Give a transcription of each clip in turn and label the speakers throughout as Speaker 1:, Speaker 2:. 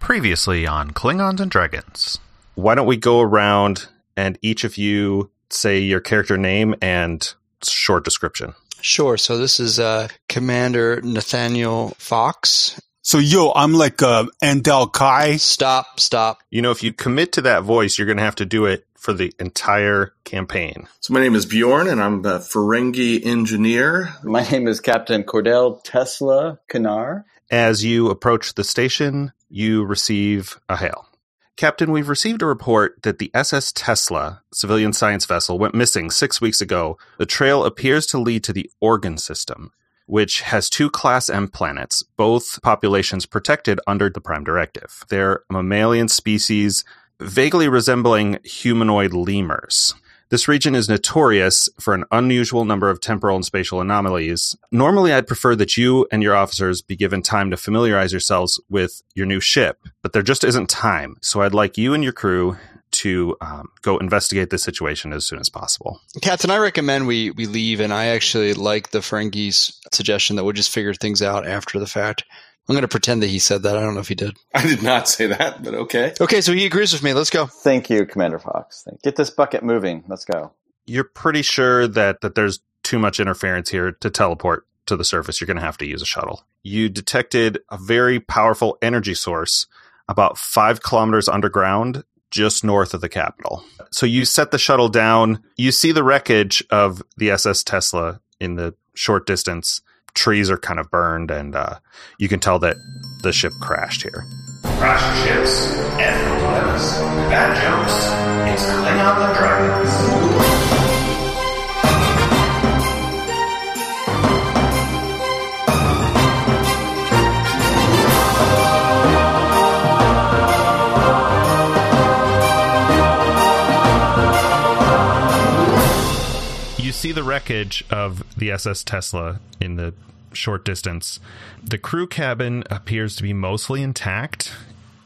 Speaker 1: Previously on Klingons and Dragons.
Speaker 2: Why don't we go around and each of you say your character name and short description?
Speaker 3: Sure. So this is uh, Commander Nathaniel Fox.
Speaker 4: So yo, I'm like uh, Andel Kai.
Speaker 3: Stop, stop.
Speaker 2: You know, if you commit to that voice, you're going to have to do it for the entire campaign.
Speaker 5: So my name is Bjorn, and I'm a Ferengi engineer.
Speaker 6: My name is Captain Cordell Tesla Canar.
Speaker 2: As you approach the station, you receive a hail. Captain, we've received a report that the SS Tesla civilian science vessel went missing six weeks ago. The trail appears to lead to the Organ system, which has two Class M planets, both populations protected under the Prime Directive. They're a mammalian species vaguely resembling humanoid lemurs. This region is notorious for an unusual number of temporal and spatial anomalies. Normally, I'd prefer that you and your officers be given time to familiarize yourselves with your new ship, but there just isn't time. So I'd like you and your crew to um, go investigate this situation as soon as possible.
Speaker 3: Captain, I recommend we, we leave, and I actually like the Ferengi's suggestion that we'll just figure things out after the fact. I'm going to pretend that he said that. I don't know if he did.
Speaker 5: I did not say that, but okay.
Speaker 3: Okay, so he agrees with me. Let's go.
Speaker 6: Thank you, Commander Fox. Thank- Get this bucket moving. Let's go.
Speaker 2: You're pretty sure that, that there's too much interference here to teleport to the surface. You're going to have to use a shuttle. You detected a very powerful energy source about five kilometers underground just north of the capital. So you set the shuttle down. You see the wreckage of the SS Tesla in the short distance. Trees are kind of burned, and uh, you can tell that the ship crashed here.
Speaker 7: Crash ships, ethnic weapons, bad jokes. It's Klingon the Dragons.
Speaker 2: You see the wreckage of the SS Tesla in the short distance. The crew cabin appears to be mostly intact.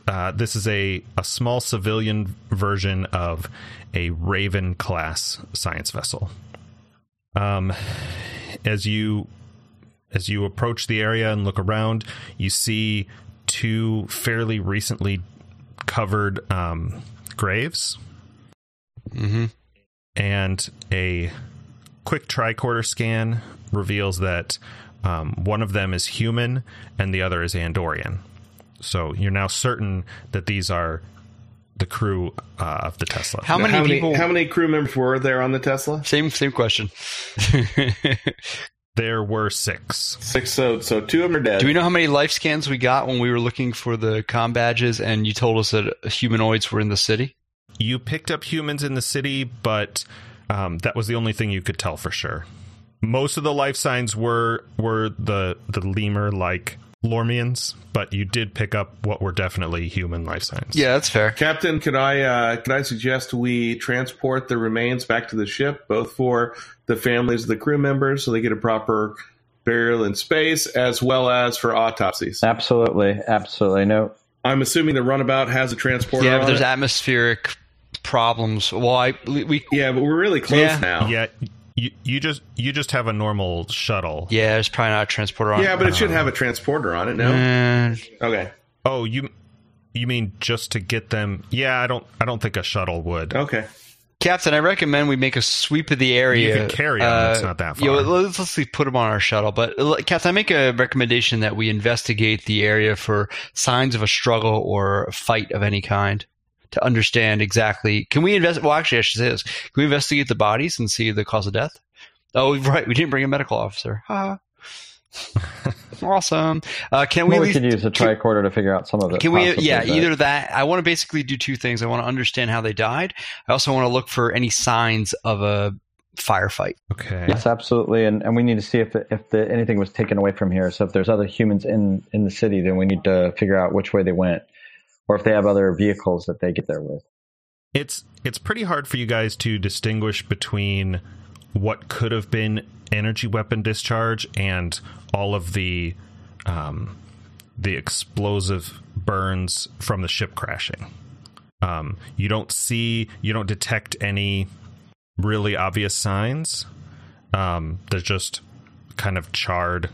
Speaker 2: Uh, this is a, a small civilian version of a Raven class science vessel. Um, as you as you approach the area and look around, you see two fairly recently covered um, graves
Speaker 3: Mm-hmm.
Speaker 2: and a quick tricorder scan reveals that um, one of them is human and the other is Andorian. So you're now certain that these are the crew uh, of the Tesla.
Speaker 3: How many
Speaker 8: how many,
Speaker 3: people?
Speaker 8: how many crew members were there on the Tesla?
Speaker 3: Same same question.
Speaker 2: there were six.
Speaker 8: Six. So, so two of them are dead.
Speaker 3: Do we know how many life scans we got when we were looking for the com badges? And you told us that humanoids were in the city.
Speaker 2: You picked up humans in the city, but um, that was the only thing you could tell for sure. Most of the life signs were were the the lemur like Lormians, but you did pick up what were definitely human life signs.
Speaker 3: Yeah, that's fair.
Speaker 8: Captain, could I uh, could I suggest we transport the remains back to the ship, both for the families of the crew members, so they get a proper burial in space, as well as for autopsies.
Speaker 6: Absolutely. Absolutely. No.
Speaker 8: I'm assuming the runabout has a transporter.
Speaker 3: Yeah, but
Speaker 8: on
Speaker 3: there's
Speaker 8: it.
Speaker 3: atmospheric problems. Well, I we
Speaker 8: yeah, but we're really close
Speaker 3: Yeah.
Speaker 8: now.
Speaker 2: Yeah, you, you just you just have a normal shuttle.
Speaker 3: yeah, there's probably not a transporter on.
Speaker 8: yeah, but it should have a transporter on it. No,
Speaker 3: Uh,
Speaker 8: okay,
Speaker 2: Oh, you you mean just to get them? Yeah, I don't I don't think a shuttle would.
Speaker 8: okay.
Speaker 3: Captain, I recommend we make a sweep of the area.
Speaker 2: You can carry 'em, it's not that
Speaker 3: yeah,
Speaker 2: far.
Speaker 3: let's, let's see, put them on our shuttle. But uh, Captain, I make a recommendation that we investigate the area for signs of a struggle or a fight of any kind to understand exactly. Can we invest? Well, actually, I should say this: Can we investigate the bodies and see the cause of death? Oh, right, we didn't bring a medical officer. Ha. awesome. Uh, can we?
Speaker 6: Well,
Speaker 3: at
Speaker 6: we
Speaker 3: least-
Speaker 6: could use a tricorder to figure out some of it.
Speaker 3: can we?
Speaker 6: possibly,
Speaker 3: Yeah,
Speaker 6: but-
Speaker 3: either that. I want to basically do two things. I want to understand how they died. I also want to look for any signs of a firefight.
Speaker 2: Okay.
Speaker 6: Yes, absolutely, and, and we need to see if if the, anything was taken away from here. So if there's other humans in in the city, then we need to figure out which way they went, or if they have other vehicles that they get there with.
Speaker 2: It's it's pretty hard for you guys to distinguish between what could have been energy weapon discharge and all of the um, the explosive burns from the ship crashing. Um, you don't see you don't detect any really obvious signs. Um, there's just kind of charred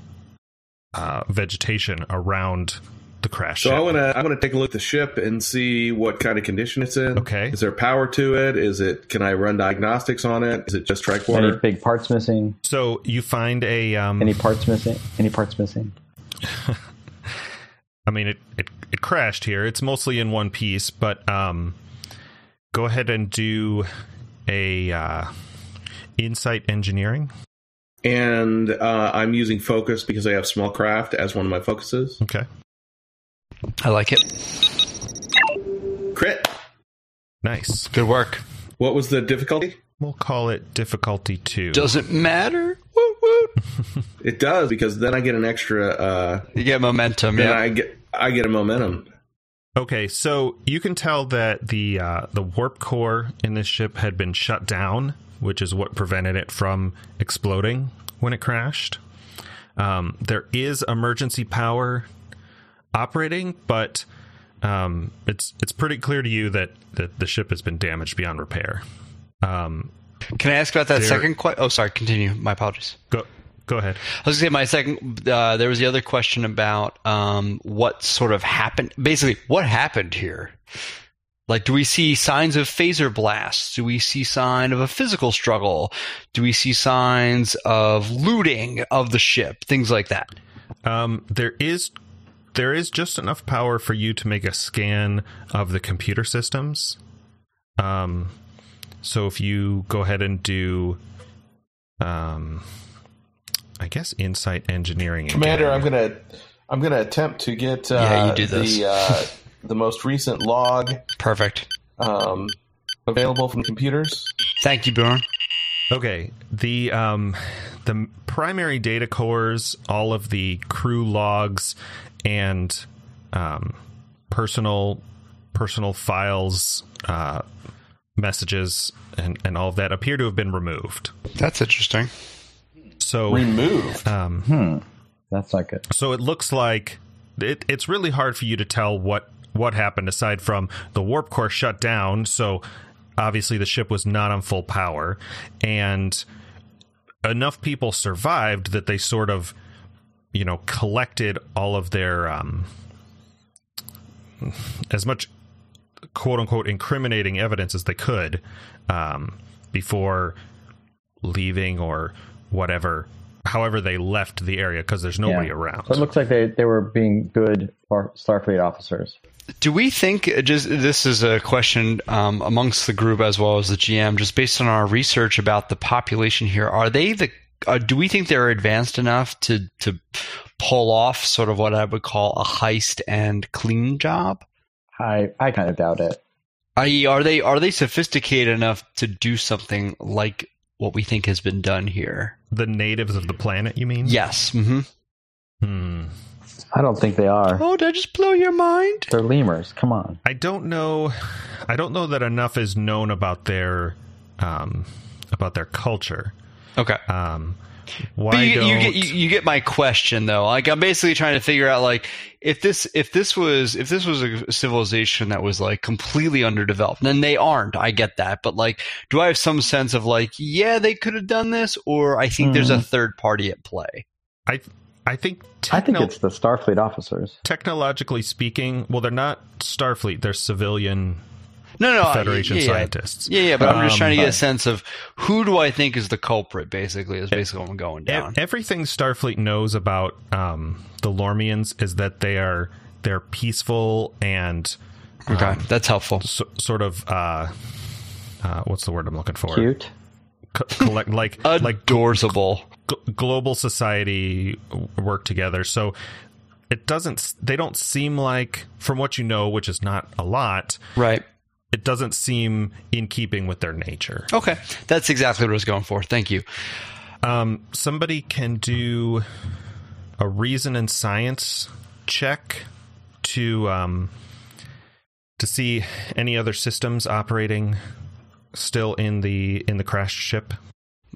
Speaker 2: uh, vegetation around the crash
Speaker 8: So
Speaker 2: ship.
Speaker 8: I want to I want to take a look at the ship and see what kind of condition it's in.
Speaker 2: Okay.
Speaker 8: Is there power to it? Is it? Can I run diagnostics on it? Is it just strike
Speaker 6: Any
Speaker 8: water?
Speaker 6: big parts missing?
Speaker 2: so you find a. Um,
Speaker 6: Any parts missing? Any parts missing?
Speaker 2: I mean, it, it it crashed here. It's mostly in one piece, but um, go ahead and do a uh, insight engineering.
Speaker 8: And uh, I'm using focus because I have small craft as one of my focuses.
Speaker 2: Okay,
Speaker 3: I like it.
Speaker 8: Crit.
Speaker 2: nice.
Speaker 3: Good work.
Speaker 8: What was the difficulty?
Speaker 2: We'll call it difficulty two.
Speaker 3: Doesn't matter. Woot woot.
Speaker 8: It does because then I get an extra. Uh,
Speaker 3: You get momentum.
Speaker 8: then
Speaker 3: Yeah.
Speaker 8: I get I get a momentum.
Speaker 2: Okay, so you can tell that the uh, the warp core in this ship had been shut down, which is what prevented it from exploding when it crashed. Um, there is emergency power operating, but um, it's it's pretty clear to you that, that the ship has been damaged beyond repair. Um,
Speaker 3: Can I ask about that
Speaker 2: There-
Speaker 3: second question? Oh, sorry. Continue. My apologies.
Speaker 2: go go ahead.
Speaker 3: I was gonna say my second. Uh, there was the other question about um, what sort of happened. Basically, what happened here? Like, do we see signs of phaser blasts? Do we see sign of a physical struggle? Do we see signs of looting of the ship? Things like that.
Speaker 2: Um, there is there is just enough power for you to make a scan of the computer systems. Um, so if you go ahead and do, um, I guess insight engineering. again.
Speaker 5: Commander, I'm gonna I'm gonna attempt to get uh,
Speaker 3: Yeah, you do this.
Speaker 5: the uh, the most recent log
Speaker 3: Perfect.
Speaker 5: um, available from computers.
Speaker 3: Thank you, Bjorn.
Speaker 2: Okay. The um the primary data cores, all of the crew logs and um personal personal files uh messages and and all of that appear to have been removed.
Speaker 3: That's interesting.
Speaker 2: So
Speaker 5: Removed.
Speaker 3: Oh,
Speaker 2: um
Speaker 6: That's not good.
Speaker 2: so it looks like it, it's really hard for you to tell what what happened aside from the warp core shut down. So obviously the ship was not on full power, and enough people survived that they sort of, you know, collected all of their um, as much quote unquote incriminating evidence as they could um, before leaving or whatever. However, they left the area because there's nobody
Speaker 6: Yeah.
Speaker 2: around.
Speaker 6: So it looks like they, they were being good Star- Starfleet officers.
Speaker 3: Do we think uh, just this is a question um, amongst the group as well as the GM, just based on our research about the population here? Are they the? Uh, do we think they're advanced enough to to pull off sort of what I would call a heist and clean job?
Speaker 6: I, I kind of doubt it.
Speaker 3: I.e., are they are they sophisticated enough to do something like what we think has been done here?
Speaker 2: The natives of the planet, you mean?
Speaker 3: Yes. hmm
Speaker 2: Hmm.
Speaker 6: I don't think they are.
Speaker 3: Oh, did I just blow your mind?
Speaker 6: They're lemurs. Come on.
Speaker 2: I don't know. I don't know that enough is known about their um, about their culture.
Speaker 3: Okay.
Speaker 2: Um, why
Speaker 3: But you,
Speaker 2: don't
Speaker 3: you get you, you get my question though. Like I'm basically trying to figure out like if this if this was if this was a civilization that was like completely underdeveloped, then they aren't. I get that, but like, do I have some sense of like, yeah, they could have done this, or I think there's a
Speaker 2: Hmm.
Speaker 3: third party at play.
Speaker 2: I I think techno-
Speaker 6: I think it's the Starfleet officers.
Speaker 2: technologically speaking, well, they're not Starfleet. They're civilian
Speaker 3: No, no, I-
Speaker 2: Federation
Speaker 3: Uh, yeah, yeah.
Speaker 2: scientists.
Speaker 3: Yeah, yeah, but I'm just
Speaker 2: Um,
Speaker 3: trying to get a sense of who do I think is the culprit. Basically, is basically what I'm going
Speaker 2: E-
Speaker 3: down.
Speaker 2: everything Starfleet knows about um, the Lormians is that they are they're peaceful and
Speaker 3: okay,
Speaker 2: Um,
Speaker 3: that's helpful.
Speaker 2: so, sort of uh, uh, what's the word I'm looking for?
Speaker 6: Cute.
Speaker 2: Co- collect like like
Speaker 3: Adorable.
Speaker 2: gl- global society w- work together. So it doesn't s- they don't seem like from what you know, which is not a lot,
Speaker 3: right.
Speaker 2: it doesn't seem in keeping with their nature.
Speaker 3: Okay, that's exactly what I was going for. Thank you.
Speaker 2: Um somebody can do a reason and science check to um to see any other systems operating still in the in the crashed ship.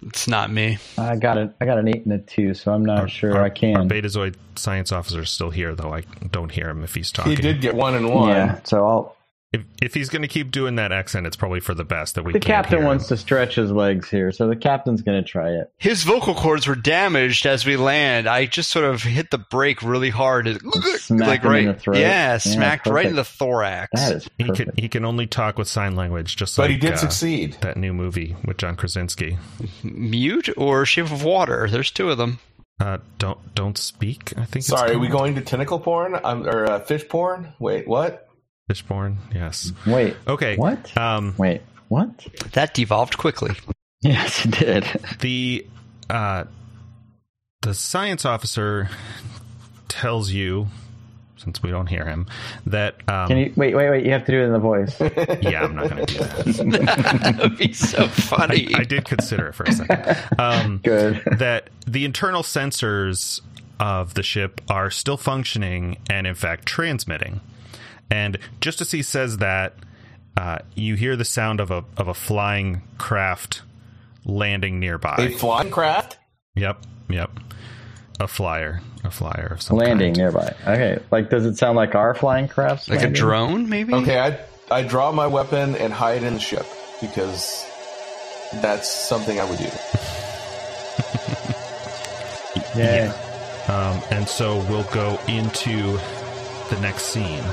Speaker 3: It's not me.
Speaker 6: I got an I got an eight and a two, so I'm not sure
Speaker 2: our,
Speaker 6: I can.
Speaker 2: Our Betazoid science officer is still here though. I don't hear him if he's talking.
Speaker 5: He did get one and one.
Speaker 6: yeah. So I'll
Speaker 2: if if he's going to keep doing that accent, it's probably for the best that we.
Speaker 6: The
Speaker 2: can't
Speaker 6: captain
Speaker 2: hear
Speaker 6: wants
Speaker 2: him.
Speaker 6: to stretch his legs here, so the captain's going to try it.
Speaker 3: His vocal cords were damaged as we land. I just sort of hit the brake really hard. It-
Speaker 6: Smack
Speaker 3: like
Speaker 6: him
Speaker 3: right,
Speaker 6: in the throat.
Speaker 3: Yeah,
Speaker 6: Yeah,
Speaker 3: smacked right in the
Speaker 6: perfect.
Speaker 3: thorax.
Speaker 6: That is
Speaker 2: He
Speaker 6: perfect.
Speaker 2: can he can only talk with sign language, just
Speaker 8: But
Speaker 2: like
Speaker 8: he did
Speaker 2: uh,
Speaker 8: succeed.
Speaker 2: that new movie with John Krasinski.
Speaker 3: Mute or Shape of Water. There's two of them.
Speaker 2: Uh, don't don't speak. I think.
Speaker 8: Sorry,
Speaker 2: it's
Speaker 8: are we
Speaker 2: called.
Speaker 8: going to tentacle porn um, or uh, fish porn? Wait, what?
Speaker 2: Fishborn. Yes.
Speaker 6: Wait.
Speaker 2: Okay.
Speaker 6: What?
Speaker 2: Um,
Speaker 6: Wait. What?
Speaker 3: That devolved quickly.
Speaker 6: Yes, it did.
Speaker 2: the uh, the science officer tells you, since we don't hear him, that um,
Speaker 6: Can you wait? Wait, wait. You have to do it in the voice.
Speaker 2: yeah, I'm not going to do that.
Speaker 3: that would be so funny.
Speaker 2: I did consider it for a second. Um,
Speaker 6: Good.
Speaker 2: that the internal sensors of the ship are still functioning and, in fact, transmitting. And just as he says that, uh, you hear the sound of a of a flying craft landing nearby.
Speaker 8: A flying craft?
Speaker 2: Yep, yep. A flyer, a flyer of some
Speaker 6: Landing
Speaker 2: kind.
Speaker 6: nearby. Okay. Like, does it sound like our flying crafts?
Speaker 3: like a
Speaker 6: landing?
Speaker 3: drone, maybe?
Speaker 8: Okay, I I draw my weapon and hide in the ship because that's something I would do.
Speaker 6: Yeah.
Speaker 2: Um, and so we'll go into the next scene.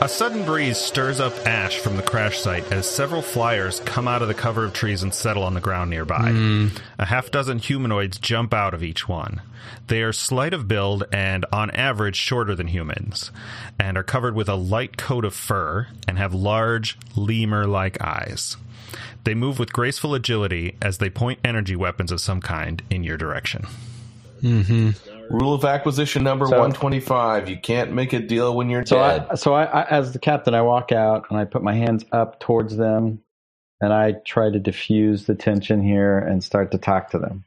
Speaker 2: A sudden breeze stirs up ash from the crash site as several flyers come out of the cover of trees and settle on the ground nearby. A half dozen humanoids jump out of each one. They are slight of build and, on average, shorter than humans, and are covered with a light coat of fur and have large, lemur like eyes. They move with graceful agility as they point energy weapons of some kind in your direction.
Speaker 8: Rule of acquisition number
Speaker 6: So-
Speaker 8: 125. You can't make a deal when you're
Speaker 6: So
Speaker 8: dead.
Speaker 6: I, so I, I, as the captain, I walk out and I put my hands up towards them, and I try to diffuse the tension here and start to talk to them.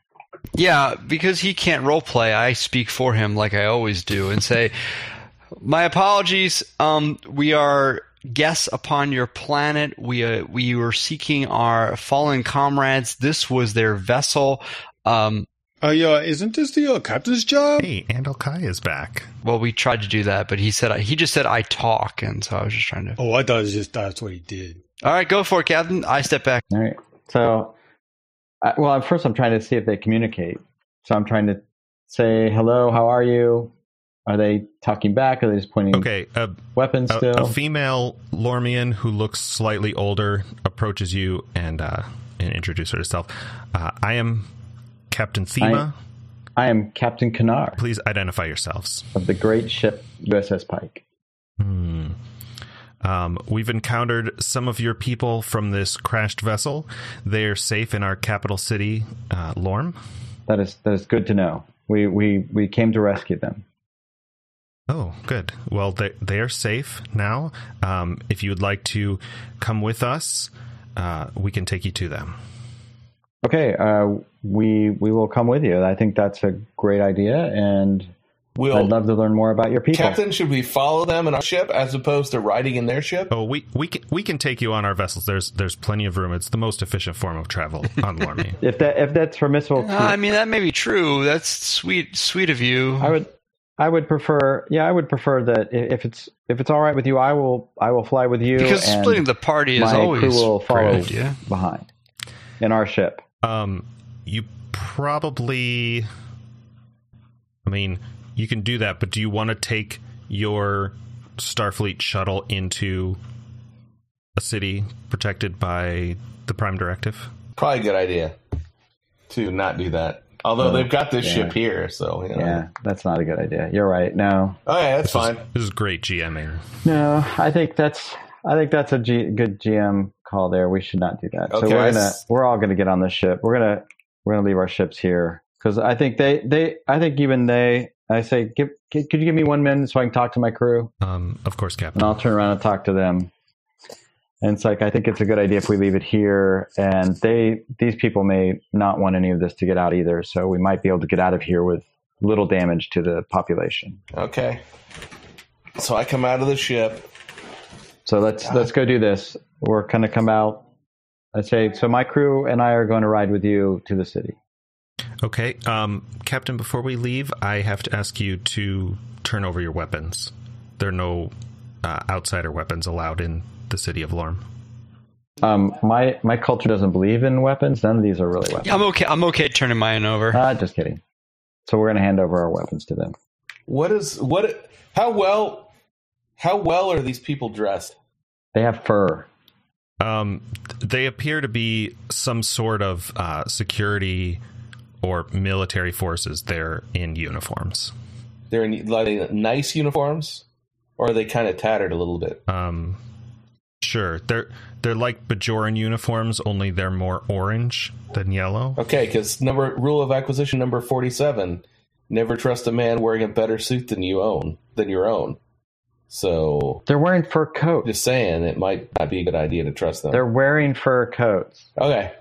Speaker 3: Yeah, because he can't role play, I speak for him like I always do and say, "My apologies. Um, we are guests upon your planet. We uh, we were seeking our fallen comrades. This was their vessel. Um,
Speaker 4: Oh, yeah, isn't this the uh, captain's job?
Speaker 2: Hey, and Kai is back.
Speaker 3: well, we tried to do that, but he said he just said I talk, and so I was just trying to.
Speaker 4: Oh, I thought it was just that's what he did.
Speaker 3: All right, go for it, Captain. I step back.
Speaker 6: All right. So, I, well, first I'm trying to see if they communicate. So I'm trying to say hello. How are you? Are they talking back? Are they just pointing
Speaker 2: Okay, Oh, a,
Speaker 6: weapons
Speaker 2: a,
Speaker 6: still?
Speaker 2: a female Lormian who looks slightly older approaches you and uh, and introduces herself. Uh, I am Captain Thema.
Speaker 6: I am Captain Canar
Speaker 2: Please identify yourselves.
Speaker 6: of the great ship USS Pike.
Speaker 2: Hmm. Um, we've encountered some of your people from this crashed vessel. They're safe in our capital city, uh, Lorm.
Speaker 6: That is that is good to know. We we we came to rescue them.
Speaker 2: Oh, good. Well, they they are safe now. Um, if you would like to come with us, uh, we can take you to them.
Speaker 6: Okay, uh, we we will come with you. I think that's a great idea, and
Speaker 8: Will
Speaker 6: I'd love to learn more about your people.
Speaker 8: Captain, should we follow them in our ship as opposed to riding in their ship?
Speaker 2: Oh, we we can we can take you on our vessels. There's there's plenty of room. It's the most efficient form of travel on Lormi.
Speaker 6: if that if that's permissible, to,
Speaker 3: Uh, I mean, that may be true. That's sweet, sweet of you.
Speaker 6: I would I would prefer. Yeah, I would prefer that i- if it's if it's all right with you, I will I will fly with you.
Speaker 3: because
Speaker 6: and
Speaker 3: splitting the party is
Speaker 6: my
Speaker 3: always
Speaker 6: crew will
Speaker 3: a great
Speaker 6: follow
Speaker 3: idea.
Speaker 6: behind in our ship.
Speaker 2: um, you probably, I mean, you can do that, but do you want to take your Starfleet shuttle into a city protected by the Prime Directive?
Speaker 8: Probably a good idea to not do that. Although
Speaker 6: Oh,
Speaker 8: they've got this
Speaker 6: yeah.
Speaker 8: ship here, so you know.
Speaker 6: Yeah, that's not a good idea. You're right. No,
Speaker 8: Oh yeah, that's fine.
Speaker 2: This is great GMing.
Speaker 6: no, I think that's. I think that's a G, good GM call there. We should not do that. so
Speaker 8: Okay, I
Speaker 6: we're gonna
Speaker 8: s-
Speaker 6: we're all gonna get on this ship. We're gonna we're gonna leave our ships here because I think they they I think even they I say give c- could you give me one minute so I can talk to my crew
Speaker 2: Um, of course, Captain.
Speaker 6: and I'll turn around and talk to them. And it's like I think it's a good idea if we leave it here. And they these people may not want any of this to get out either, so we might be able to get out of here with little damage to the population.
Speaker 8: Okay. So I come out of the ship.
Speaker 6: So let's let's go do this. We're gonna come out. I say so. My crew and I are going to ride with you to the city.
Speaker 2: Okay, um, Captain. Before we leave, I have to ask you to turn over your weapons. There are no uh, outsider weapons allowed in the city of Lorm.
Speaker 6: Um, my my culture doesn't believe in weapons. None of these are really weapons.
Speaker 3: I'm okay. I'm okay turning mine over.
Speaker 6: Uh, just kidding. So we're gonna hand over our weapons to them.
Speaker 8: What is what? How well? How well are these people dressed?
Speaker 6: They have fur.
Speaker 2: Um, they appear to be some sort of uh, security or military forces. They're in uniforms.
Speaker 8: They're in like, nice uniforms, or are they kind of tattered a little bit?
Speaker 2: Um, sure, they're they're like Bajoran uniforms, only they're more orange than yellow.
Speaker 8: Okay, because number rule of acquisition number forty-seven: never trust a man wearing a better suit than you own than your own. So,
Speaker 6: They're wearing fur coats.
Speaker 8: just saying, it might not be a good idea to trust them.
Speaker 6: They're wearing fur coats.
Speaker 8: okay,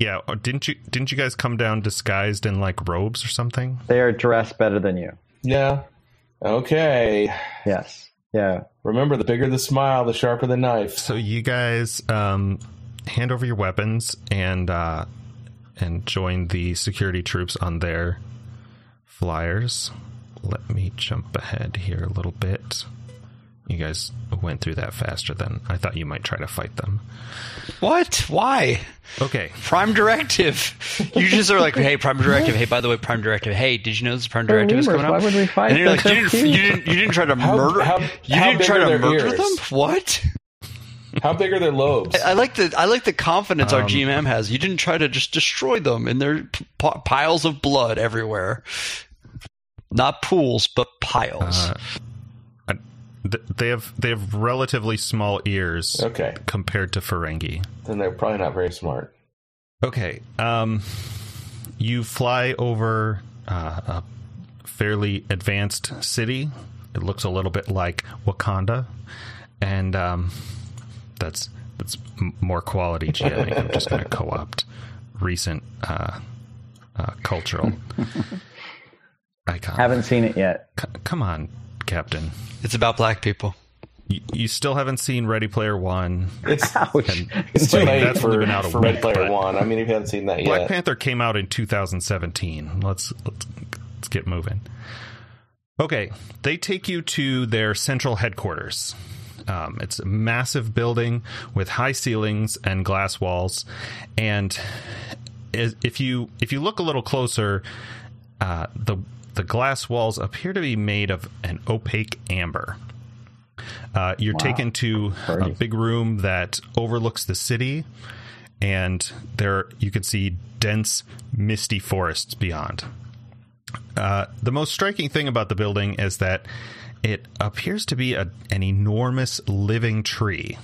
Speaker 2: Yeah, or didn't you didn't you guys come down disguised in like robes or something?
Speaker 6: They are dressed better than you.
Speaker 8: yeah, okay.
Speaker 6: Yes. Yeah.
Speaker 8: Remember, the bigger the smile, the sharper the knife.
Speaker 2: So you guys um, hand over your weapons and uh, and join the security troops on their flyers. Let me jump ahead here a little bit. You guys went through that faster than I thought you might try to fight them.
Speaker 3: What? Why?
Speaker 2: Okay.
Speaker 3: Prime Directive. You just are like, hey, Prime Directive. Hey, by the way, Prime Directive. Hey, did you know this Prime
Speaker 6: They're
Speaker 3: Directive is
Speaker 6: lemurs.
Speaker 3: coming up?
Speaker 6: Why would we fight?
Speaker 3: And you're like,
Speaker 6: They're
Speaker 3: you
Speaker 6: so
Speaker 3: didn't, you
Speaker 6: cute."
Speaker 3: didn't, you didn't try to
Speaker 8: How-
Speaker 3: murder.
Speaker 8: how-
Speaker 3: you
Speaker 8: how
Speaker 3: didn't
Speaker 8: big
Speaker 3: try
Speaker 8: are
Speaker 3: to
Speaker 8: their
Speaker 3: murder
Speaker 8: ears?
Speaker 3: them. What?
Speaker 8: How big are their lobes?
Speaker 3: I like the I like the confidence our
Speaker 2: Um,
Speaker 3: GM has. You didn't try to just destroy them in their p- p- piles of blood everywhere. Not pools, but piles.
Speaker 2: Uh, th- they have they have relatively small ears
Speaker 8: Okay,
Speaker 2: compared to Ferengi.
Speaker 8: then they're probably not very smart.
Speaker 2: Okay. Um, you fly over uh, a fairly advanced city. It looks a little bit like Wakanda, and um, that's that's m- more quality GMing. I'm just going to co-opt recent uh, uh, cultural icon.
Speaker 6: Haven't seen it yet.
Speaker 2: C- come on, Captain.
Speaker 3: it's about black people.
Speaker 2: You, you still haven't seen Ready Player One.
Speaker 8: It's
Speaker 2: And
Speaker 8: it's too
Speaker 2: Like,
Speaker 8: late
Speaker 2: that's only
Speaker 8: for,
Speaker 2: been out a
Speaker 8: for
Speaker 2: week,
Speaker 8: Red Player
Speaker 2: but-
Speaker 8: One. I mean, if you haven't seen that
Speaker 2: Black
Speaker 8: yet,
Speaker 2: Panther came out in 2017. Let's let's let's get moving. Okay, they take you to their central headquarters. Um, it's a massive building with high ceilings and glass walls, and i- if you if you look a little closer, uh, the the glass walls appear to be made of an opaque amber. Uh, you're taken to a
Speaker 6: Birdie.
Speaker 2: big room that overlooks the city, and there you can see dense, misty forests beyond. Uh, the most striking thing about the building is that it appears to be a, an enormous living tree.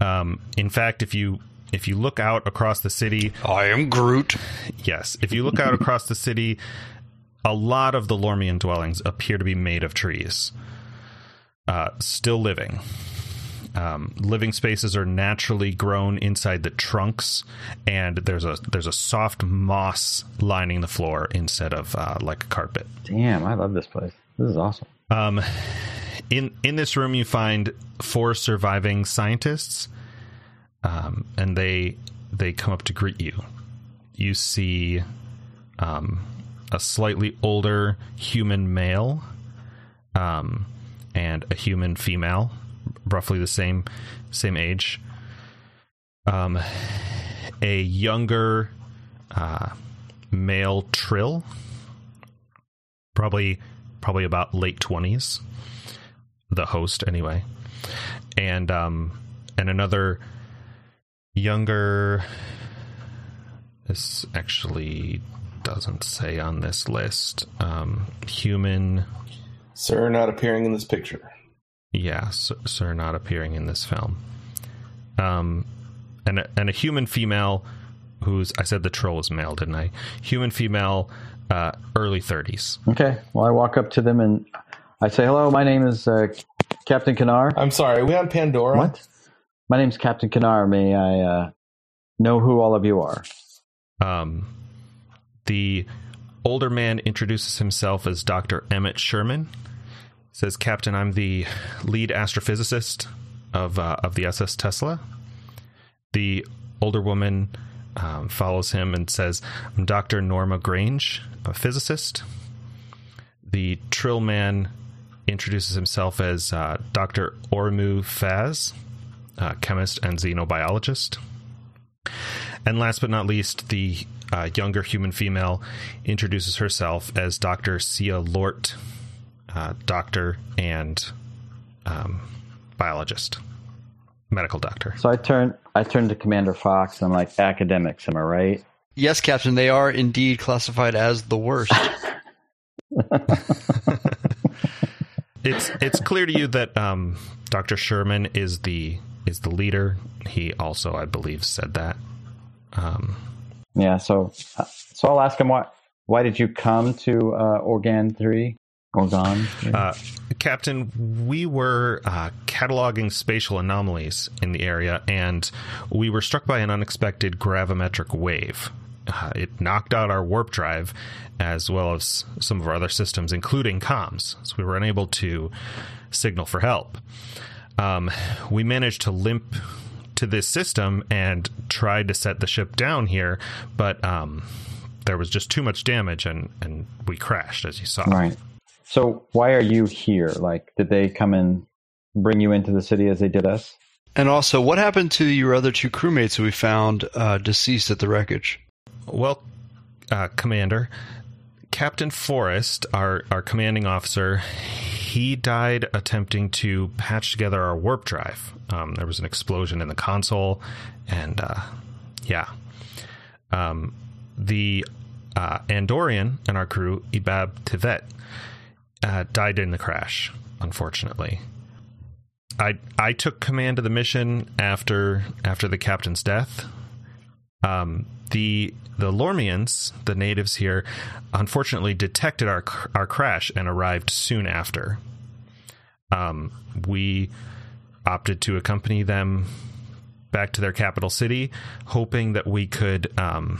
Speaker 2: Um, in fact, if you if you look out across the city,
Speaker 3: I am Groot.
Speaker 2: yes, if you look out across the city, a lot of the Lormian dwellings appear to be made of trees, uh, still living. Um, living spaces are naturally grown inside the trunks, and there's a there's a soft moss lining the floor instead of uh, like a carpet.
Speaker 6: Damn, I love this place. This is awesome.
Speaker 2: Um, in in this room, you find four surviving scientists, um, and they they come up to greet you. You see um, a slightly older human male, um, and a human female, roughly the same same age. Um, a younger uh, male trill probably probably about late twenties. The host, anyway, and um, and another younger. This actually doesn't say on this list. Um, human,
Speaker 8: sir, not appearing in this picture.
Speaker 2: yeah, sir, sir, not appearing in this film. Um, and a, and a human female who's I said the troll was male, didn't I? Human female, uh, early thirties.
Speaker 6: Okay. Well, I walk up to them and I say, "Hello, my name is uh, Captain Kinar."
Speaker 8: I'm sorry, are we on Pandora?
Speaker 6: What? My name's Captain Kinar. May I uh, know who all of you are?
Speaker 2: Um, the older man introduces himself as Dr. Emmett Sherman. Says, Captain, I'm the lead astrophysicist of uh, of the SS Tesla. The older woman um, follows him and says, I'm Dr. Norma Grange, a physicist. The Trill man introduces himself as uh, Dr. Ormu Faz, uh, chemist and xenobiologist. And last but not least, the uh, younger human female introduces herself as Dr. Sia Lort, uh, doctor and um, biologist, medical doctor.
Speaker 6: So I turned I turned to Commander Fox and I'm like, academics, am I right?
Speaker 3: Yes, Captain, they are indeed classified as the worst.
Speaker 2: It's it's clear to you that um, Dr. Sherman is the is the leader. He also, I believe, said that. Um,
Speaker 6: Yeah, so uh, so I'll ask him why why did you come to uh, Organ three? Organ.
Speaker 2: Uh, Captain, we were uh, cataloging spatial anomalies in the area, and we were struck by an unexpected gravimetric wave. Uh, it knocked out our warp drive, as well as some of our other systems, including comms, so we were unable to signal for help. Um, we managed to limp to this system and tried to set the ship down here, but um, there was just too much damage, and, and we crashed, as you saw.
Speaker 6: Right. So why are you here? Like did they come and bring you into the city as they did us?
Speaker 3: and also, what happened to your other two crewmates who we found uh, deceased at the wreckage?
Speaker 2: Well, uh, Commander, Captain Forrest, our, our commanding officer, he died attempting to patch together our warp drive. Um, there was an explosion in the console, and uh, yeah. Um, the uh, Andorian and our crew, Ibab Tivet, uh, died in the crash, unfortunately. I I took command of the mission after after the captain's death. Um, the the Lormians, the natives here, unfortunately detected our cr- our crash and arrived soon after. Um, we opted to accompany them back to their capital city, hoping that we could um,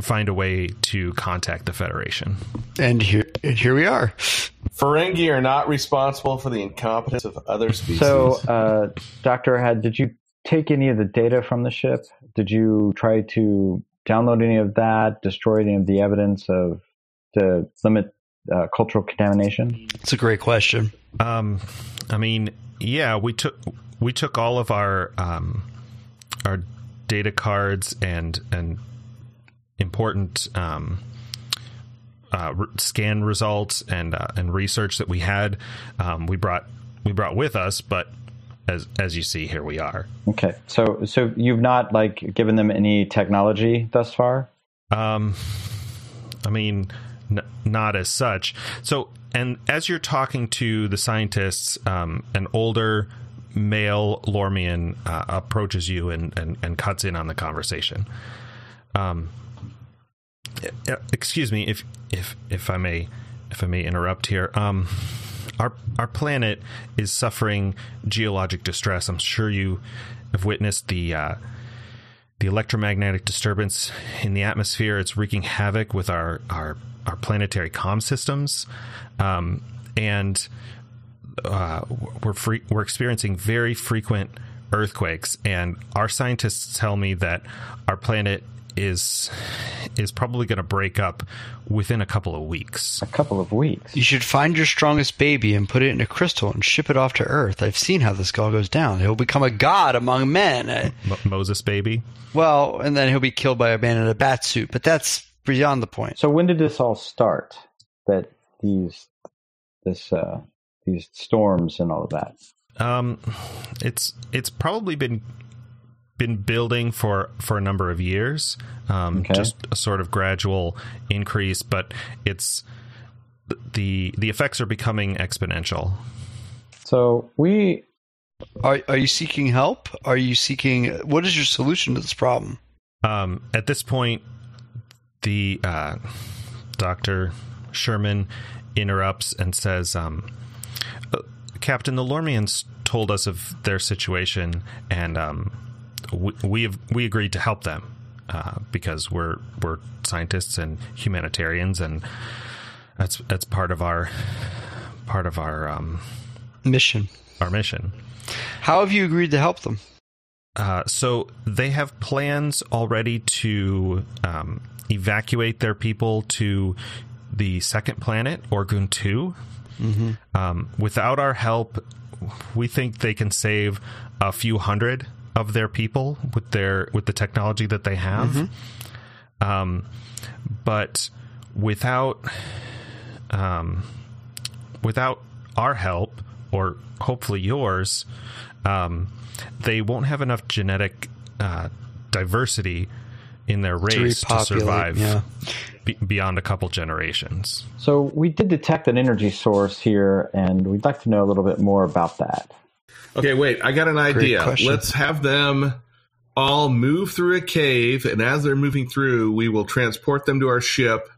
Speaker 2: find a way to contact the Federation.
Speaker 3: And here, and here we are.
Speaker 8: Ferengi are not responsible for the incompetence of other species.
Speaker 6: So uh, Doctor Had, did you take any of the data from the ship? Did you try to download any of that, destroy any of the evidence of to limit uh, cultural contamination?
Speaker 3: It's a great question.
Speaker 2: Um, I mean, yeah, we took we took all of our um, our data cards and and important um, uh, re- scan results and uh, and research that we had. Um, we brought we brought with us, but as as you see, here we are.
Speaker 6: Okay. So so you've not like given them any technology thus far?
Speaker 2: Um, I mean, n- not as such. So, and as you're talking to the scientists, um, an older male Lormian uh, approaches you and, and, and cuts in on the conversation. Um, uh, excuse me, if if if I may, if I may interrupt here. Um, our our planet is suffering geologic distress. I'm sure you have witnessed the. Uh, the electromagnetic disturbance in the atmosphere. It's wreaking havoc with our our, our planetary comm systems, um, and uh, we're free, we're experiencing very frequent earthquakes. And our scientists tell me that our planet is is probably going to break up within a couple of weeks.
Speaker 6: A couple of weeks.
Speaker 3: You should find your strongest baby and put it in a crystal and ship it off to Earth. I've seen how this guy goes down. He'll become a god among men. I-
Speaker 2: Mo- Moses, baby.
Speaker 3: Well, and then he'll be killed by a man in a bat suit, but that's beyond the point.
Speaker 6: So when did this all start? That these this uh these storms and all of that.
Speaker 2: Um, it's it's probably been been building for for a number of years. Um,
Speaker 6: Okay.
Speaker 2: just a sort of gradual increase, but it's the the effects are becoming exponential.
Speaker 6: So we
Speaker 3: Are are you seeking help? Are you seeking what is your solution to this problem?
Speaker 2: Um, at this point, the uh, Doctor Sherman interrupts and says, um, uh, "Captain, the Lormians told us of their situation, and um, we we, have, we agreed to help them uh, because we're we're scientists and humanitarians, and that's that's part of our part of our um,
Speaker 3: Mission.
Speaker 2: our mission."
Speaker 3: How have you agreed to help them?
Speaker 2: Uh, so they have plans already to um, evacuate their people to the second planet, Orgun 2.
Speaker 3: hmm
Speaker 2: Um, without our help, we think they can save a few hundred of their people with their with the technology that they have. Um, but without um, without our help or hopefully yours, um, they won't have enough genetic uh, diversity in their race to, survive
Speaker 3: Yeah.
Speaker 2: be- beyond a couple generations.
Speaker 6: So we did detect an energy source here, and we'd like to know a little bit more about that.
Speaker 8: Okay, wait. I got an idea.
Speaker 3: question.
Speaker 8: Let's have them all move through a cave, and as they're moving through, we will transport them to our ship,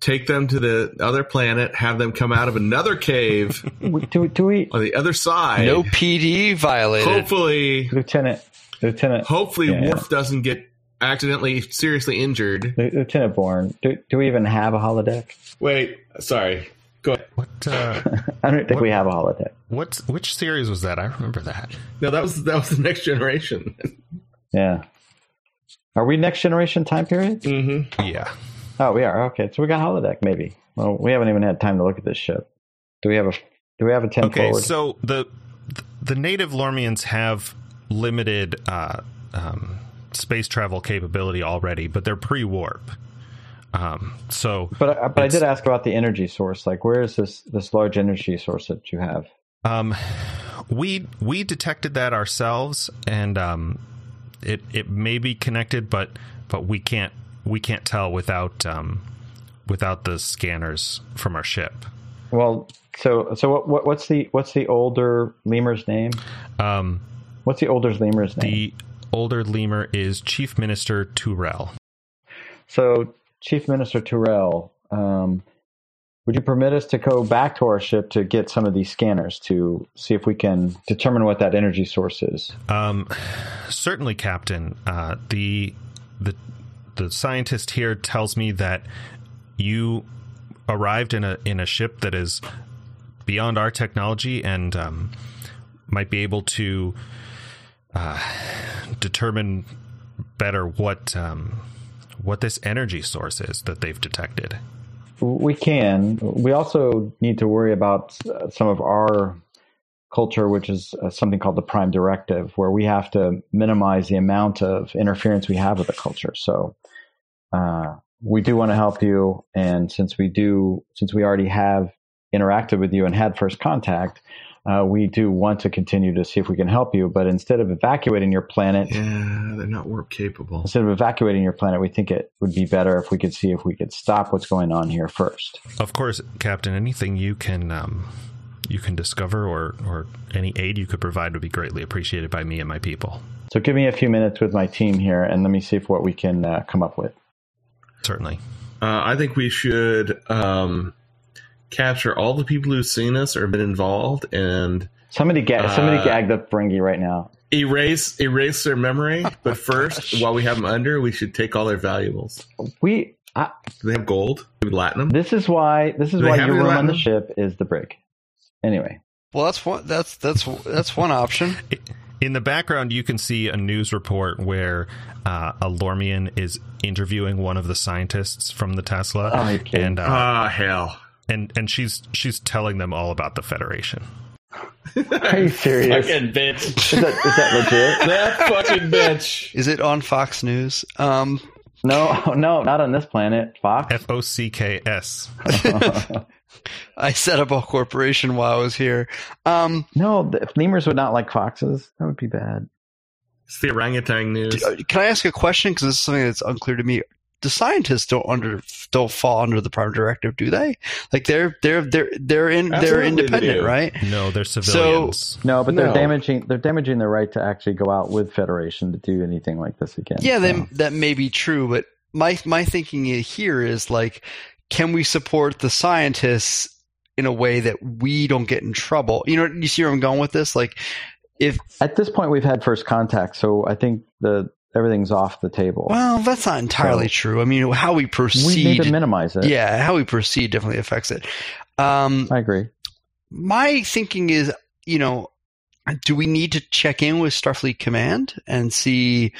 Speaker 8: take them to the other planet, have them come out of another cave
Speaker 6: W- Do, do we,
Speaker 8: on the other side.
Speaker 3: No PD violated.
Speaker 8: Hopefully,
Speaker 6: Lieutenant, Lieutenant,
Speaker 8: hopefully,
Speaker 6: Yeah, yeah.
Speaker 8: Worf doesn't get accidentally seriously injured.
Speaker 6: Lu- Lieutenant Bourne, do, do we even have a holodeck?
Speaker 8: Wait, sorry. Go ahead.
Speaker 2: What uh,
Speaker 6: I don't think we have a holodeck.
Speaker 2: what which series was that? I remember that.
Speaker 8: No, that was that was the next generation.
Speaker 6: Yeah. Are we next generation time period?
Speaker 8: Mm-hmm.
Speaker 2: Yeah.
Speaker 6: Oh, we are. Okay, so we got holodeck maybe. Well, we haven't even had time to look at this ship. Do we have a Do we have a ten
Speaker 2: Okay,
Speaker 6: forward?
Speaker 2: so the the native Lormians have limited uh, um, space travel capability already, but they're pre warp. Um, so
Speaker 6: but I- but I
Speaker 2: it's-
Speaker 6: did ask about the energy source. Like, where is this this large energy source that you have?
Speaker 2: Um, we we detected that ourselves, and um, it it may be connected, but but we can't we can't tell without um, without the scanners from our ship.
Speaker 6: Well, so so what, what what's the what's the older lemur's name?
Speaker 2: Um,
Speaker 6: What's the older lemur's name?
Speaker 2: the older lemur is Chief Minister Turel.
Speaker 6: So, Chief Minister Terrell, um, would you permit us to go back to our ship to get some of these scanners to see if we can determine what that energy source is?
Speaker 2: Um, certainly, Captain. Uh, the the the scientist here tells me that you arrived in a in a ship that is beyond our technology and um, might be able to uh, determine better what um, what this energy source is that they've detected.
Speaker 6: We can. We also need to worry about uh, some of our culture, which is uh, something called the Prime Directive, where we have to minimize the amount of interference we have with the culture. So, uh, we do want to help you, and since we do, since we already have interacted with you and had first contact, uh, we do want to continue to see if we can help you. But instead of evacuating your planet,
Speaker 8: Yeah, they're not warp capable.
Speaker 6: instead of evacuating your planet, we think it would be better if we could see if we could stop what's going on here first.
Speaker 2: Of course, Captain. Anything you can um, you can discover or or any aid you could provide would be greatly appreciated by me and my people.
Speaker 6: So give me a few minutes with my team here, and let me see if what we can uh, come up with.
Speaker 2: Certainly.
Speaker 8: Uh, I think we should um, capture all the people who've seen us or been involved and
Speaker 6: Somebody gag, somebody
Speaker 8: Uh,
Speaker 6: gagged up Bringy right now.
Speaker 8: erase erase their memory. But first, while we have them under, we should take all their valuables.
Speaker 6: We I,
Speaker 8: Do they have gold? Do we latinum?
Speaker 6: this is why this is
Speaker 8: Do they
Speaker 6: why
Speaker 8: have
Speaker 6: your
Speaker 8: any
Speaker 6: room on the
Speaker 8: Latinum?
Speaker 6: ship is the brig. Anyway,
Speaker 3: Well, that's one. That's that's that's one option.
Speaker 2: In the background, you can see a news report where uh, a Lormian is interviewing one of the scientists from the Tesla,
Speaker 6: Oh, okay.
Speaker 2: and uh,
Speaker 8: Ah, hell.
Speaker 2: and and she's she's telling them all about the Federation.
Speaker 6: are you serious? is,
Speaker 5: Fucking bitch.
Speaker 6: that, is that legit?
Speaker 5: that fucking bitch.
Speaker 3: Is it on Fox News? Um,
Speaker 6: No, no, not on this planet, Fox.
Speaker 2: F O C K S.
Speaker 3: I set up a corporation while I was here. Um,
Speaker 6: no, the, lemurs would not like foxes. That would be bad.
Speaker 8: It's the orangutan news.
Speaker 3: d- can I ask a question? Because this is something that's unclear to me. The scientists don't under don't fall under the Prime Directive, do they? Like they're they're they're they're in they're
Speaker 8: Absolutely they
Speaker 3: independent,
Speaker 8: do.
Speaker 3: right?
Speaker 2: No, they're civilians.
Speaker 6: No, but
Speaker 8: No.
Speaker 6: they're damaging they're damaging their right to actually go out with Federation to do anything like this again.
Speaker 3: Yeah, they,
Speaker 6: So-
Speaker 3: that may be true, but my my thinking here is like, can we support the scientists in a way that we don't get in trouble? You know, you see where I'm going with this? Like, if
Speaker 6: At this point, we've had first contact, so I think the everything's off the table.
Speaker 3: well, that's not entirely
Speaker 6: So-
Speaker 3: true. I mean, how we
Speaker 6: we need to
Speaker 3: proceed,
Speaker 6: minimize it.
Speaker 3: yeah, how we proceed definitely affects it. Um,
Speaker 6: I agree.
Speaker 3: my thinking is, you know, do we need to check in with Starfleet Command and see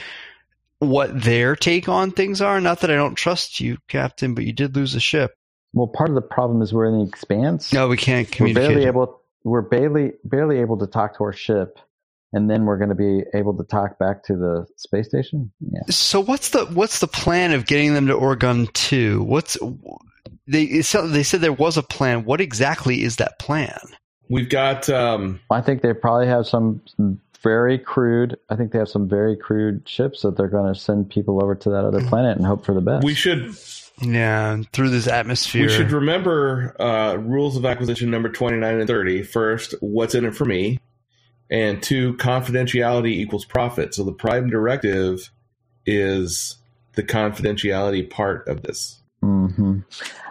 Speaker 3: what their take on things are? Not that I don't trust you, Captain, but you did lose a ship.
Speaker 6: Well, part of the problem is we're in the expanse.
Speaker 3: No, we can't
Speaker 6: we're
Speaker 3: communicate.
Speaker 6: barely able. We're barely barely able to talk to our ship, and then we're going to be able to talk back to the space station. Yeah.
Speaker 3: so what's the what's the plan of getting them to Oregon Two? What's they it sound- they said there was a plan. What exactly is that plan?
Speaker 8: We've got um,
Speaker 6: I think they probably have some very crude. I think they have some very crude ships that they're going to send people over to that other planet and hope for the best.
Speaker 8: we should
Speaker 3: Yeah, through this atmosphere.
Speaker 8: we should remember uh, rules of acquisition number 29 and 30 first what's in it for me and two confidentiality equals profit so the prime directive is the confidentiality part of this
Speaker 6: hmm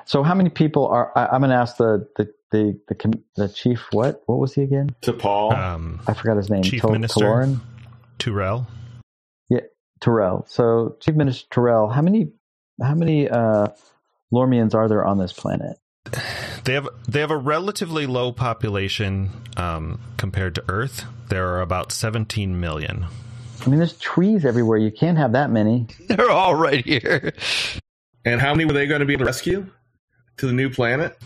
Speaker 6: So, how many people are? I, I'm going to ask the the the the, com- the chief. What what was he again?
Speaker 8: to paul
Speaker 2: Um,
Speaker 6: I forgot his name.
Speaker 2: Chief
Speaker 6: Tol-
Speaker 2: Minister.
Speaker 6: Taloran?
Speaker 2: Turel.
Speaker 6: Terrell. So, Chief Minister Terrell. How many how many uh, Lormians are there on this planet?
Speaker 2: They have they have a relatively low population um, compared to Earth. There are about 17 million.
Speaker 6: I mean, there's trees everywhere. You can't have that many.
Speaker 3: They're all right here.
Speaker 8: and how many were they going to be able to rescue to the new planet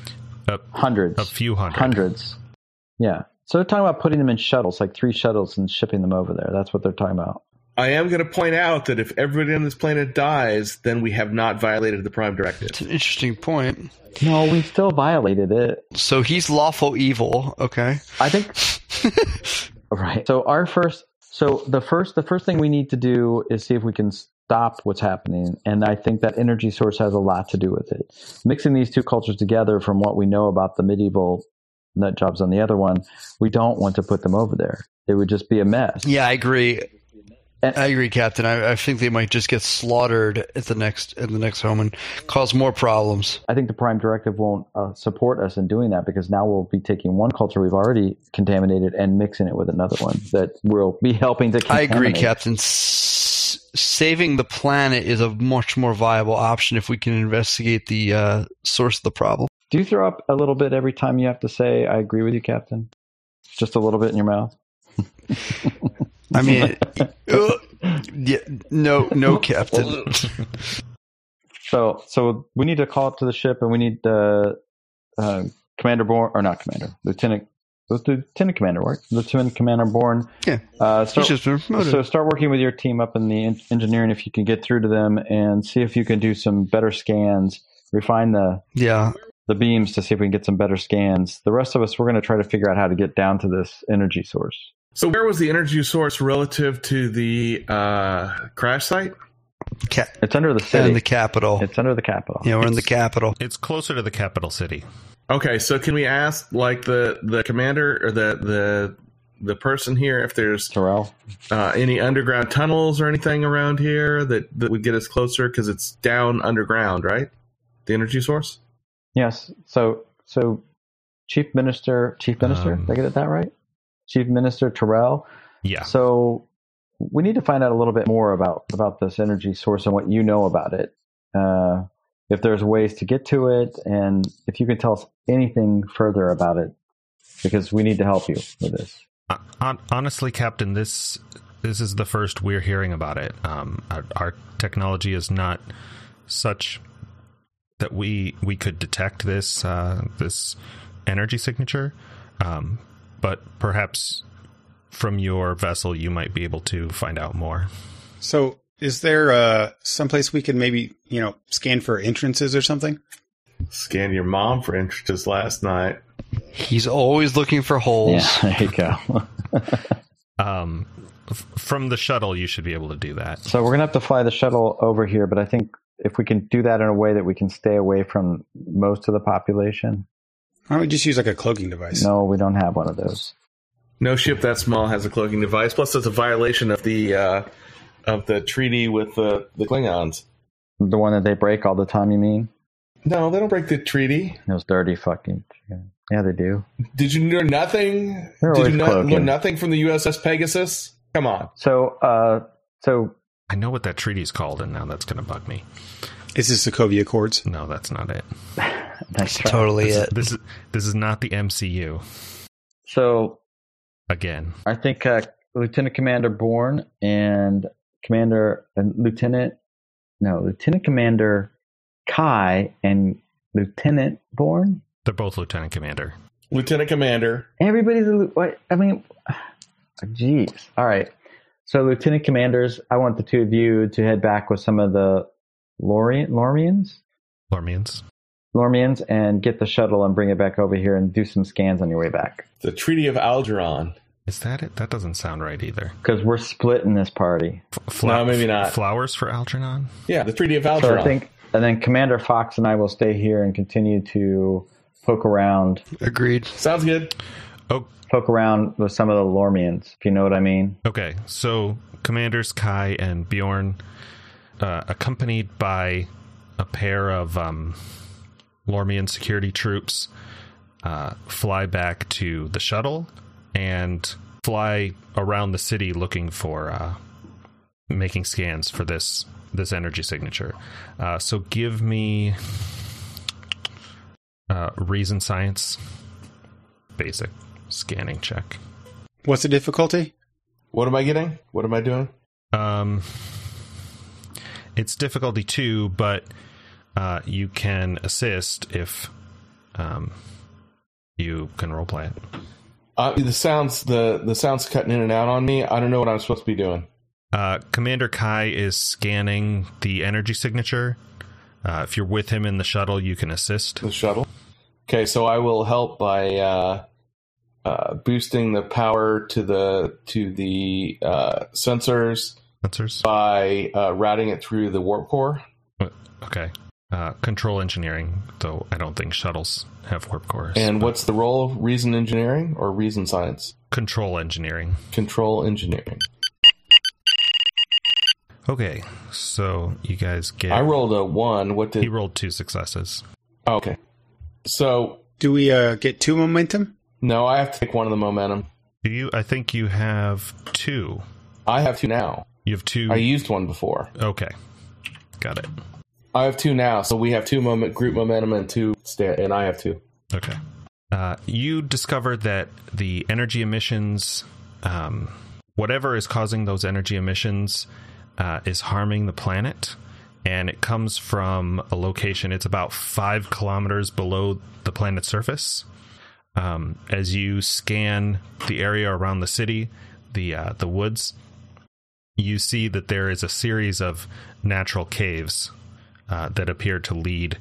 Speaker 6: Hundreds.
Speaker 2: A few hundred.
Speaker 6: Hundreds. Yeah. So they're talking about putting them in shuttles, like three shuttles, and shipping them over there. That's what they're talking about.
Speaker 8: i am going to point out that if everybody on this planet dies then we have not violated the prime directive
Speaker 3: It's an interesting point.
Speaker 6: No, we still violated it.
Speaker 3: So he's lawful evil. Okay.
Speaker 6: I think Right. So our first, so the first, the first thing we need to do is see if we can stop what's happening, and I think that energy source has a lot to do with it. Mixing these two cultures together, from what we know about the medieval nut jobs on the other one, we don't want to put them over there. It would just be a mess.
Speaker 3: yeah, I agree.
Speaker 6: And-
Speaker 3: I agree, Captain. I, I think they might just get slaughtered at the next at the next home and cause more problems.
Speaker 6: I think the prime directive won't uh, support us in doing that because now we'll be taking one culture we've already contaminated and mixing it with another one that will be helping to.
Speaker 3: I
Speaker 6: Contaminate.
Speaker 3: agree, Captain. S- saving the planet is a much more viable option if we can investigate the uh, source of the problem.
Speaker 6: Do you throw up a little bit every time you have to say "I agree with you, Captain"? Just a little bit in your mouth.
Speaker 3: I mean, uh, yeah, no, no, Captain.
Speaker 6: So, so we need to call up to the ship, and we need uh, uh, Commander Bourne, or not Commander, Lieutenant, Lieutenant Commander, work, Lieutenant Commander Bourne.
Speaker 3: Yeah.
Speaker 6: Uh, start,
Speaker 3: He's just been promoted.
Speaker 6: so start working with your team up in the en- engineering if you can get through to them, and see if you can do some better scans. Refine the
Speaker 3: yeah,
Speaker 6: the beams to see if we can get some better scans. The rest of us, we're going to try to figure out how to get down to this energy source.
Speaker 8: so where was the energy source relative to the uh, crash site
Speaker 3: ca-
Speaker 6: It's under the
Speaker 3: in
Speaker 6: city.
Speaker 3: the capital.
Speaker 6: it's under the capital.
Speaker 3: yeah, we're in the capital.
Speaker 2: It's closer to the capital city.
Speaker 8: Okay, so can we ask like the the commander or the the the person here if there's
Speaker 6: Terrell.
Speaker 8: uh, any underground tunnels or anything around here that that would get us closer because it's down underground, right? The energy source.
Speaker 6: Yes. So so Chief Minister Chief Minister,
Speaker 2: Um,
Speaker 6: did I get it that right? Chief Minister Terrell.
Speaker 2: Yeah.
Speaker 6: So we need to find out a little bit more about about this energy source and what you know about it. Uh, if there's ways to get to it, and if you can tell us anything further about it, because we need to help you with this.
Speaker 2: Uh, hon- honestly, Captain, this this is the first we're hearing about it. Um, our, our technology is not such that we we could detect this uh, this energy signature, um, but perhaps from your vessel you might be able to find out more.
Speaker 4: So, is there uh, someplace we can maybe you know scan for entrances or something?
Speaker 8: Scanned your mom for interests last night.
Speaker 3: He's always looking for holes.
Speaker 6: Yeah, there you go.
Speaker 2: Um, f- from the shuttle, you should be able to do that.
Speaker 6: So we're gonna have to fly the shuttle over here, but I think if we can do that in a way that we can stay away from most of the population.
Speaker 4: Why don't we just use like a cloaking device?
Speaker 6: No, we don't have one of those.
Speaker 8: No ship that small has a cloaking device. Plus, that's a violation of the uh, of the treaty with the the Klingons.
Speaker 6: The one that they break all the time, you mean?
Speaker 8: No, they don't break the treaty.
Speaker 6: Those dirty fucking. Yeah, they do.
Speaker 8: Did you learn nothing?
Speaker 6: They're
Speaker 8: Did
Speaker 6: always
Speaker 8: you not
Speaker 6: cloaking.
Speaker 8: learn nothing from the USS Pegasus? Come on.
Speaker 6: So, uh, so
Speaker 2: I know what that treaty's called, and now that's going to bug me.
Speaker 4: Is this the Sokovia Accords?
Speaker 2: No, that's not it.
Speaker 6: nice try.
Speaker 3: Totally
Speaker 2: This,
Speaker 3: it.
Speaker 2: this is this is not the MCU
Speaker 6: So
Speaker 2: again.
Speaker 6: I think uh, Lieutenant Commander Bourne and Commander and Lieutenant, no, Lieutenant Commander Kai and Lieutenant Bourne.
Speaker 2: They're both lieutenant commander.
Speaker 8: Lieutenant Commander.
Speaker 6: Everybody's a. lieu- what- I mean, jeez. All right. So, Lieutenant Commanders, I want the two of you to head back with some of the Lorien, Lorians,
Speaker 2: Lormians.
Speaker 6: Lormians, and get the shuttle and bring it back over here and do some scans on your way back
Speaker 8: The Treaty of Algeron.
Speaker 2: Is that it? That doesn't sound right either.
Speaker 6: because we're splitting this party.
Speaker 2: F-
Speaker 8: No, maybe not.
Speaker 2: Flowers for Algernon.
Speaker 8: Yeah, the Treaty of
Speaker 6: So
Speaker 8: Algeron.
Speaker 6: I think, and then Commander Fox and I will stay here and continue to poke around,
Speaker 3: Agreed.
Speaker 8: Sounds good.
Speaker 2: Oh,
Speaker 6: poke around with some of the Lormians, if you know what I mean.
Speaker 2: okay. So commanders Kai and Bjorn, uh, accompanied by a pair of um, Lormian security troops, uh, fly back to the shuttle and fly around the city looking for uh, making scans for this this energy signature. Uh, so give me uh, reason science, basic scanning check.
Speaker 4: What's the difficulty?
Speaker 8: What am I getting? What am I doing?
Speaker 2: Um, it's difficulty two, but uh, you can assist if um, you can roleplay it.
Speaker 8: Uh, the sounds the the sounds cutting in and out on me. I don't know what I'm supposed to be doing.
Speaker 2: Uh, Commander Kai is scanning the energy signature. Uh, if you're with him in the shuttle, you can assist.
Speaker 8: The shuttle. Okay, so I will help by uh, uh, boosting the power to the to the uh, sensors
Speaker 2: Sensors.
Speaker 8: by uh, routing it through the warp core.
Speaker 2: Okay. Uh, control engineering, though I don't think shuttles have warp cores.
Speaker 8: And what's the role? Reason engineering or reason science?
Speaker 2: control engineering.
Speaker 8: Control engineering.
Speaker 2: Okay, so you guys get.
Speaker 8: I rolled a one. What
Speaker 2: he
Speaker 8: did?
Speaker 2: rolled two successes.
Speaker 8: oh, okay. So
Speaker 4: Do we uh, get two momentum?
Speaker 8: no, I have to take one of the momentum.
Speaker 2: Do you? I think you have two.
Speaker 8: I have two now.
Speaker 2: You have two.
Speaker 8: I used one before.
Speaker 2: Okay. Got it.
Speaker 8: I have two now, so we have two moment group momentum and two sta and I have two.
Speaker 2: Okay. Uh, you discover that the energy emissions, um, whatever is causing those energy emissions, uh, is harming the planet. And it comes from a location, it's about five kilometers below the planet's surface. Um, as you scan the area around the city, the, uh, the woods, you see that there is a series of natural caves uh, that appear to lead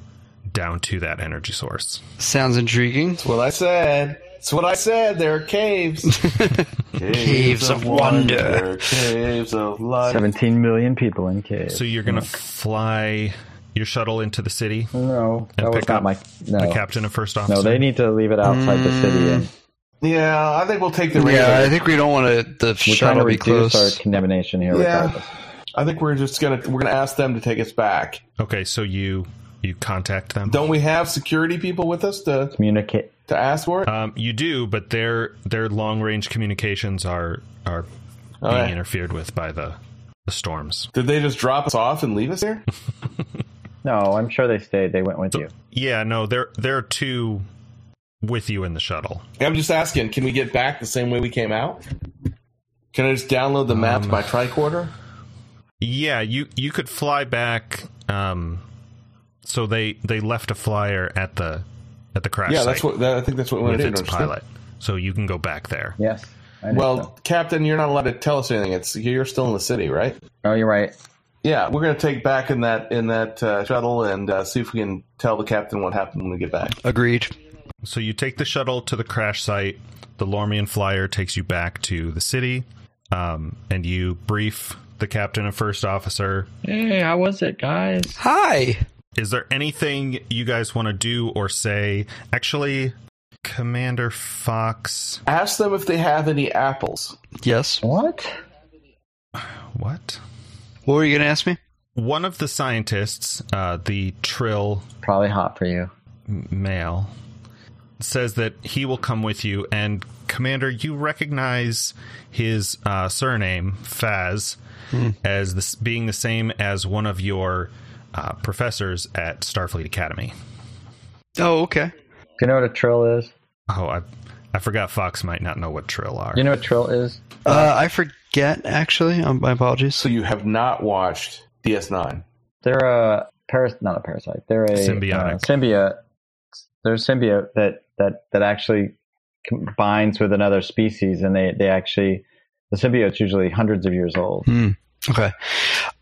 Speaker 2: down to that energy source.
Speaker 3: Sounds intriguing.
Speaker 8: That's what I said. That's what I said. There are caves. caves,
Speaker 3: Caves of wonder.
Speaker 8: Caves of light.
Speaker 6: 17 million people in caves.
Speaker 2: So you're gonna fly your shuttle into the city,
Speaker 6: no, that was
Speaker 2: pick
Speaker 6: not
Speaker 2: up
Speaker 6: my. No.
Speaker 2: the captain and first officer.
Speaker 6: No, they need to leave it outside the city. And
Speaker 8: Yeah, I think we'll take the
Speaker 3: Yeah,
Speaker 8: radar.
Speaker 3: I think we don't want to the
Speaker 6: we're trying to
Speaker 3: shuttle be
Speaker 6: reduce
Speaker 3: close.
Speaker 6: our contamination here.
Speaker 8: Yeah.
Speaker 6: Regardless.
Speaker 8: I think we're just gonna we're gonna ask them to take us back.
Speaker 2: Okay, so you you contact them.
Speaker 8: Don't we have security people with us to
Speaker 6: Communicate.
Speaker 8: to ask for it?
Speaker 2: Um, you do, but their their long range communications are are
Speaker 8: All
Speaker 2: being
Speaker 8: right.
Speaker 2: interfered with by the the storms.
Speaker 8: Did they just drop us off and leave us here?
Speaker 6: No, I'm sure they stayed. They went with you.
Speaker 2: Yeah, no, there there are two with you in the shuttle.
Speaker 8: I'm just asking. Can we get back the same way we came out? Can I just download the
Speaker 2: Um,
Speaker 8: map to my tricorder?
Speaker 2: Yeah, you you could fly back. Um, so they they left a flyer at the at the crash
Speaker 8: Yeah,
Speaker 2: site
Speaker 8: that's what that, I think that's what we want
Speaker 2: with
Speaker 8: to do.
Speaker 2: its
Speaker 8: don't you think?
Speaker 2: pilot. So you can go back there.
Speaker 6: Yes. I know
Speaker 8: Well,
Speaker 6: so.
Speaker 8: Captain, you're not allowed to tell us anything. It's you're still in the city, right?
Speaker 6: oh, you're right.
Speaker 8: Yeah, we're gonna take back in that in that uh, shuttle and uh, see if we can tell the captain what happened when we get back.
Speaker 3: Agreed.
Speaker 2: So you take the shuttle to the crash site. The Lormian flyer takes you back to the city, um, and you brief the captain and first officer.
Speaker 6: Hey, how was it, guys?
Speaker 3: Hi.
Speaker 2: Is there anything you guys want to do or say? Actually, Commander Fox.
Speaker 8: Ask them if they have any apples.
Speaker 3: Yes.
Speaker 6: What?
Speaker 2: What?
Speaker 3: What were you going to ask me?
Speaker 2: One of the scientists, uh, the Trill
Speaker 6: Probably hot for you.
Speaker 2: m- male, says that he will come with you. And Commander, you recognize his uh, surname Faz as this being the same as one of your uh, professors at Starfleet Academy.
Speaker 3: Oh, okay.
Speaker 6: Do you know what a trill is?
Speaker 2: Oh, I I forgot Fox might not know what Trill are.
Speaker 6: You know what trill is?
Speaker 3: Uh, I forget actually. Um, my apologies.
Speaker 8: So you have not watched DS9.
Speaker 6: They're a paras, not a parasite. They're a
Speaker 2: Symbiotic.
Speaker 6: uh, symbiote there's a symbiote that that that actually combines with another species, and they they actually the symbiote's usually hundreds of years old.
Speaker 3: Hmm. Okay.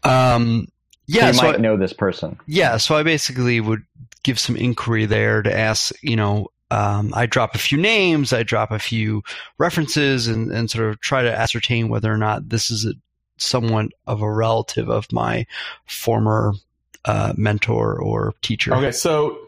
Speaker 3: Um,
Speaker 6: So
Speaker 3: yeah.
Speaker 6: you
Speaker 3: So
Speaker 6: might
Speaker 3: I-
Speaker 6: know this person.
Speaker 3: Yeah, so I basically would give some inquiry there to ask, you know, um, I drop a few names, I drop a few references, and, and sort of try to ascertain whether or not this is a, someone of a relative of my former uh, mentor or teacher.
Speaker 8: Okay, so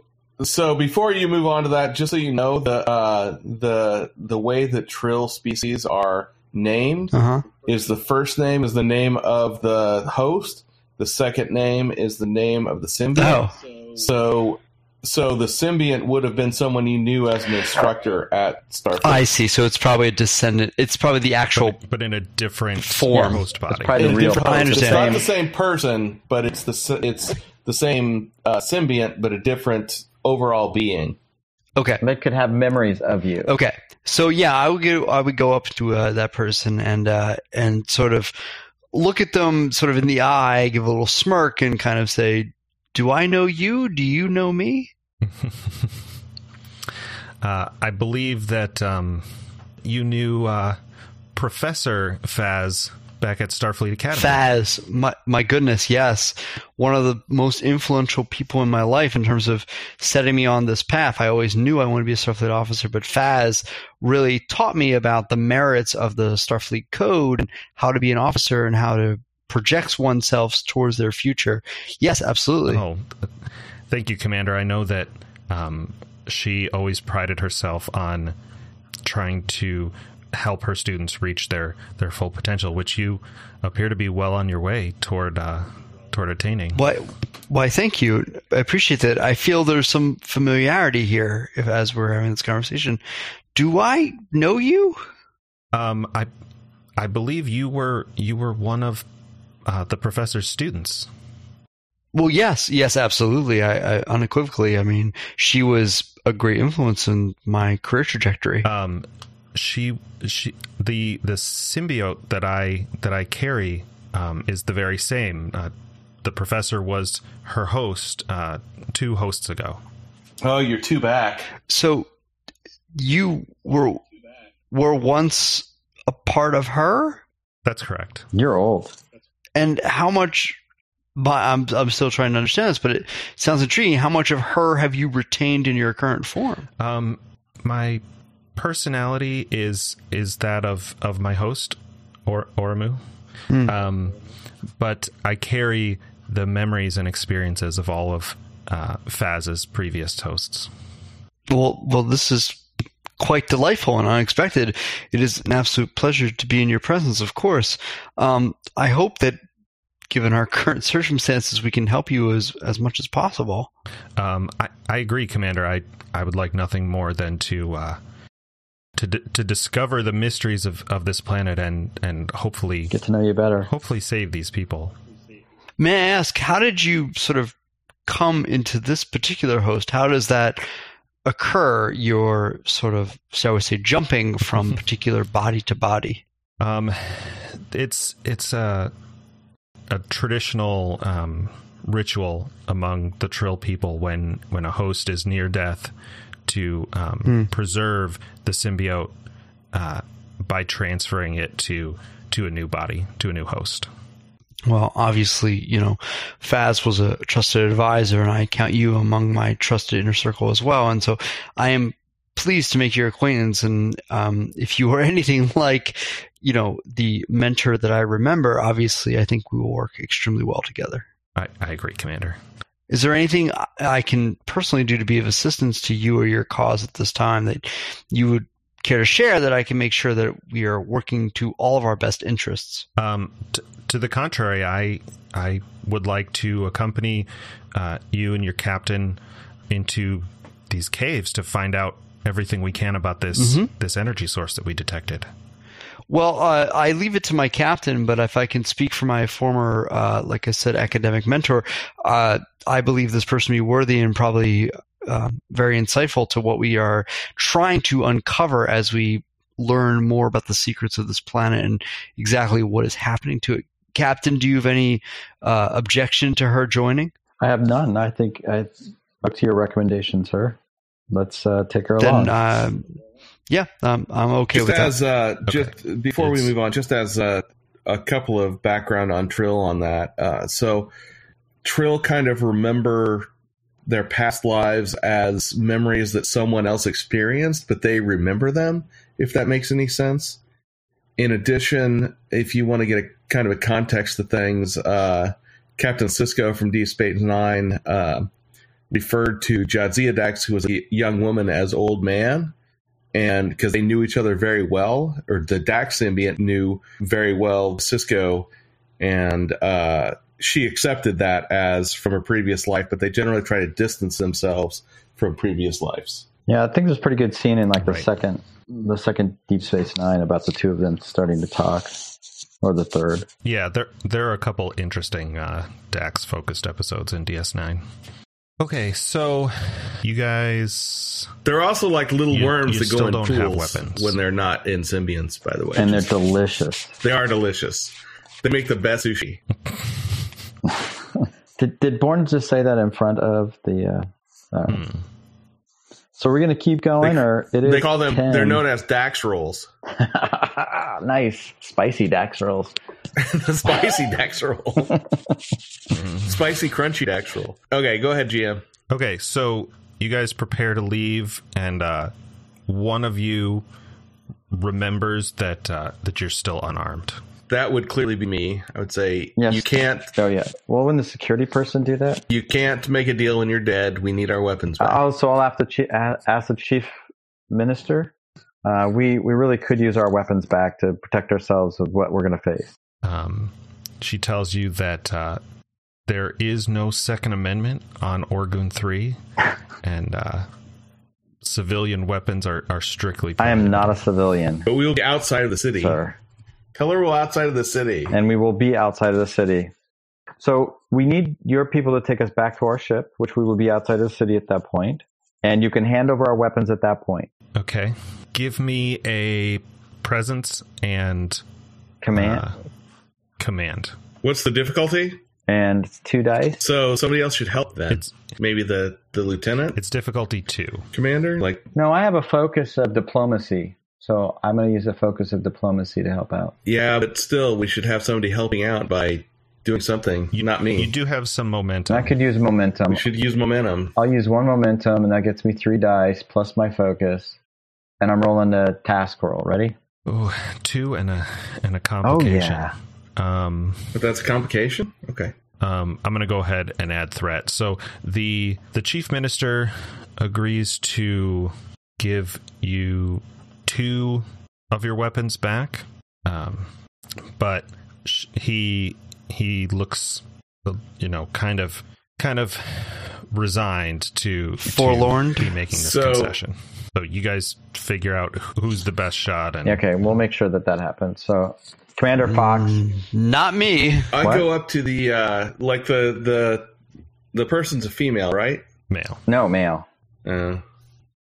Speaker 8: so before you move on to that, just so you know, the uh, the the way that trill species are named
Speaker 3: Uh huh.
Speaker 8: is the first name is the name of the host, the second name is the name of the symbiote.
Speaker 3: Oh,
Speaker 8: So so the symbiote would have been someone you knew as an instructor at Starfield.
Speaker 3: I see. So it's probably a descendant. It's probably the actual.
Speaker 2: but in a different
Speaker 3: Form.
Speaker 2: host body.
Speaker 6: probably
Speaker 8: It's
Speaker 6: the real.
Speaker 8: different-
Speaker 3: I
Speaker 8: It's
Speaker 3: understand.
Speaker 8: not the same person, but it's the s- it's the same uh, symbiote, but a different overall being.
Speaker 3: Okay.
Speaker 6: They could have memories of you.
Speaker 3: Okay, so yeah, I would go. I would go up to uh, that person and uh, and sort of look at them, sort of in the eye, give a little smirk, and kind of say, "Do I know you? Do you know me?"
Speaker 2: Uh, I believe that um, you knew uh, Professor Faz back at Starfleet Academy.
Speaker 3: Faz, my my goodness, yes, one of the most influential people in my life in terms of setting me on this path. I always knew I wanted to be a Starfleet officer, but Faz really taught me about the merits of the Starfleet code and how to be an officer and how to project oneself towards their future. Yes, absolutely.
Speaker 2: Oh, thank you, Commander. I know that um, she always prided herself on trying to help her students reach their, their full potential, which you appear to be well on your way toward uh, toward attaining.
Speaker 3: Why, why? Thank you. I appreciate that. I feel there's some familiarity here. If as we're having this conversation, do I know you?
Speaker 2: Um, I I believe you were you were one of uh, the professor's students.
Speaker 3: Well, yes, yes, absolutely. I, I unequivocally. I mean, she was a great influence in my career trajectory.
Speaker 2: um she she the the symbiote that i that i carry um is the very same uh, the professor was her host uh two hosts ago
Speaker 8: Oh, you're two back.
Speaker 3: so, you were were once a part of her,
Speaker 2: that's correct
Speaker 6: You're old.
Speaker 3: and how much? But I'm I'm still trying to understand this, but it sounds intriguing. How much of her have you retained in your current form?
Speaker 2: um my personality is is that of of my host or oramu
Speaker 3: Hmm.
Speaker 2: um but i carry the memories and experiences of all of uh faz's previous hosts
Speaker 3: Well, well, this is quite delightful and unexpected. It is an absolute pleasure to be in your presence, of course. Um, I hope that, given our current circumstances, we can help you as as much as possible.
Speaker 2: Um, I, I agree, Commander. I, I would like nothing more than to uh, to d- to discover the mysteries of, of this planet and and hopefully
Speaker 6: Get to know you better.
Speaker 2: hopefully save these people.
Speaker 3: May I ask, how did you sort of come into this particular host? How does that occur? Your sort of, shall we say, jumping from particular body to body.
Speaker 2: Um, it's it's a a traditional um, ritual among the Trill people when when a host is near death to um,
Speaker 3: Hmm.
Speaker 2: preserve the symbiote uh, by transferring it to to a new body to a new host.
Speaker 3: Well, obviously, you know, Faz was a trusted advisor, and I count you among my trusted inner circle as well. And so I am pleased to make your acquaintance. And um, if you are anything like, you know, the mentor that I remember, obviously, I think we will work extremely well together.
Speaker 2: I, I agree, Commander.
Speaker 3: Is there anything I- I can personally do to be of assistance to you or your cause at this time that you would care to share that I can make sure that we are working to all of our best interests?
Speaker 2: Um, t- to the contrary, I I would like to accompany uh, you and your captain into these caves to find out everything we can about this
Speaker 3: Mhm.
Speaker 2: this energy source that we detected.
Speaker 3: Well, uh, I leave it to my captain, but if I can speak for my former, uh, like I said, academic mentor, uh, I believe this person to be worthy and probably uh, very insightful to what we are trying to uncover as we learn more about the secrets of this planet and exactly what is happening to it. Captain, do you have any uh, objection to her joining?
Speaker 6: I have none. I think I up to your recommendation, sir. Let's uh, take her along.
Speaker 3: Then, uh, yeah, um, I'm okay
Speaker 8: just
Speaker 3: with that.
Speaker 8: as uh, just before we move on, just as uh, a couple of background on Trill on that. Uh, so Trill kind of remember their past lives as memories that someone else experienced, but they remember them. If that makes any sense. In addition, if you want to get a kind of a context to things, uh, Captain Cisco from D Space Nine uh, referred to Jadzia Dax, who was a young woman, as old man and because they knew each other very well, or the Dax ambient knew very well Cisco, and uh, she accepted that as from a previous life, but they generally try to distance themselves from previous lives.
Speaker 6: Yeah, I think there's a pretty good scene in like the
Speaker 3: Right.
Speaker 6: second, the second Deep Space Nine about the two of them starting to talk, or the third.
Speaker 2: Yeah, there there are a couple interesting uh, Dax focused episodes in DS9. Okay, so you guys,
Speaker 8: They're also like little
Speaker 2: You-
Speaker 8: worms
Speaker 2: you
Speaker 8: that go
Speaker 2: still
Speaker 8: in
Speaker 2: don't
Speaker 8: pools
Speaker 2: have weapons.
Speaker 8: when they're not in symbionts. By the way,
Speaker 6: and they're delicious.
Speaker 8: they are delicious. They make the best sushi.
Speaker 6: Did did Bourne just say that in front of the? Uh, uh, So we're gonna keep going,
Speaker 8: Hmm. They-
Speaker 6: or it is.
Speaker 8: They call them.
Speaker 6: 10.
Speaker 8: They're known as Dax rolls,
Speaker 6: nice spicy Dax rolls.
Speaker 8: the spicy Dax roll, spicy crunchy Dax roll. Okay, go ahead, GM.
Speaker 2: okay, so you guys prepare to leave, and uh, one of you remembers that uh, that you're still unarmed.
Speaker 8: That would clearly be me. I would say
Speaker 6: Yes.
Speaker 8: you can't
Speaker 6: Oh yeah. Well, when the security person do that,
Speaker 8: you can't make a deal when you're dead. We need our weapons back.
Speaker 6: oh, so I'll have to chi- a- ask the chief minister. Uh, we we really could use our weapons back to protect ourselves of what we're gonna face.
Speaker 2: Um, she tells you that uh, there is no Second Amendment on Orgoon Three, and uh, civilian weapons are are strictly.
Speaker 6: I am not a civilian,
Speaker 8: but we will be outside of the city.
Speaker 6: sir.
Speaker 8: Color will outside of the city.
Speaker 6: and we will be outside of the city. So we need your people to take us back to our ship, which we will be outside of the city at that point, And you can hand over our weapons at that point.
Speaker 2: Okay. Give me a presence and
Speaker 6: Command.
Speaker 8: Ah.
Speaker 2: uh, command.
Speaker 8: What's the difficulty?
Speaker 6: and it's two dice.
Speaker 8: So somebody else should help then.
Speaker 2: It's
Speaker 8: Maybe the the lieutenant
Speaker 2: it's difficulty two.
Speaker 8: commander. Like
Speaker 6: No, I have a focus of diplomacy. So I'm going to use a focus of diplomacy to help out.
Speaker 8: yeah, but still, we should have somebody helping out by doing something. Not me.
Speaker 2: You do have some momentum.
Speaker 6: And I could use momentum.
Speaker 8: we should use momentum.
Speaker 6: I'll use one momentum, and that gets me three dice plus my focus. And I'm rolling the task roll. Ready?
Speaker 2: Ooh, two and a and a
Speaker 6: Oh,
Speaker 2: complication.
Speaker 6: yeah.
Speaker 2: Um
Speaker 8: But that's a complication. Okay.
Speaker 2: um, I'm going to go ahead and add threat. So the the chief minister agrees to give you two of your weapons back, um, but sh- he he looks you know kind of kind of resigned to to
Speaker 3: Forlorn.
Speaker 2: be making this
Speaker 8: So-
Speaker 2: concession. So you guys figure out who's the best shot and
Speaker 6: Okay, we'll make sure that that happens. So, Commander
Speaker 8: Mm-hmm.
Speaker 6: Fox.
Speaker 3: Mm, Not me.
Speaker 8: I
Speaker 6: What?
Speaker 8: go up to the uh like the the the person's a female, right?
Speaker 2: male.
Speaker 6: No, male.
Speaker 8: Uh,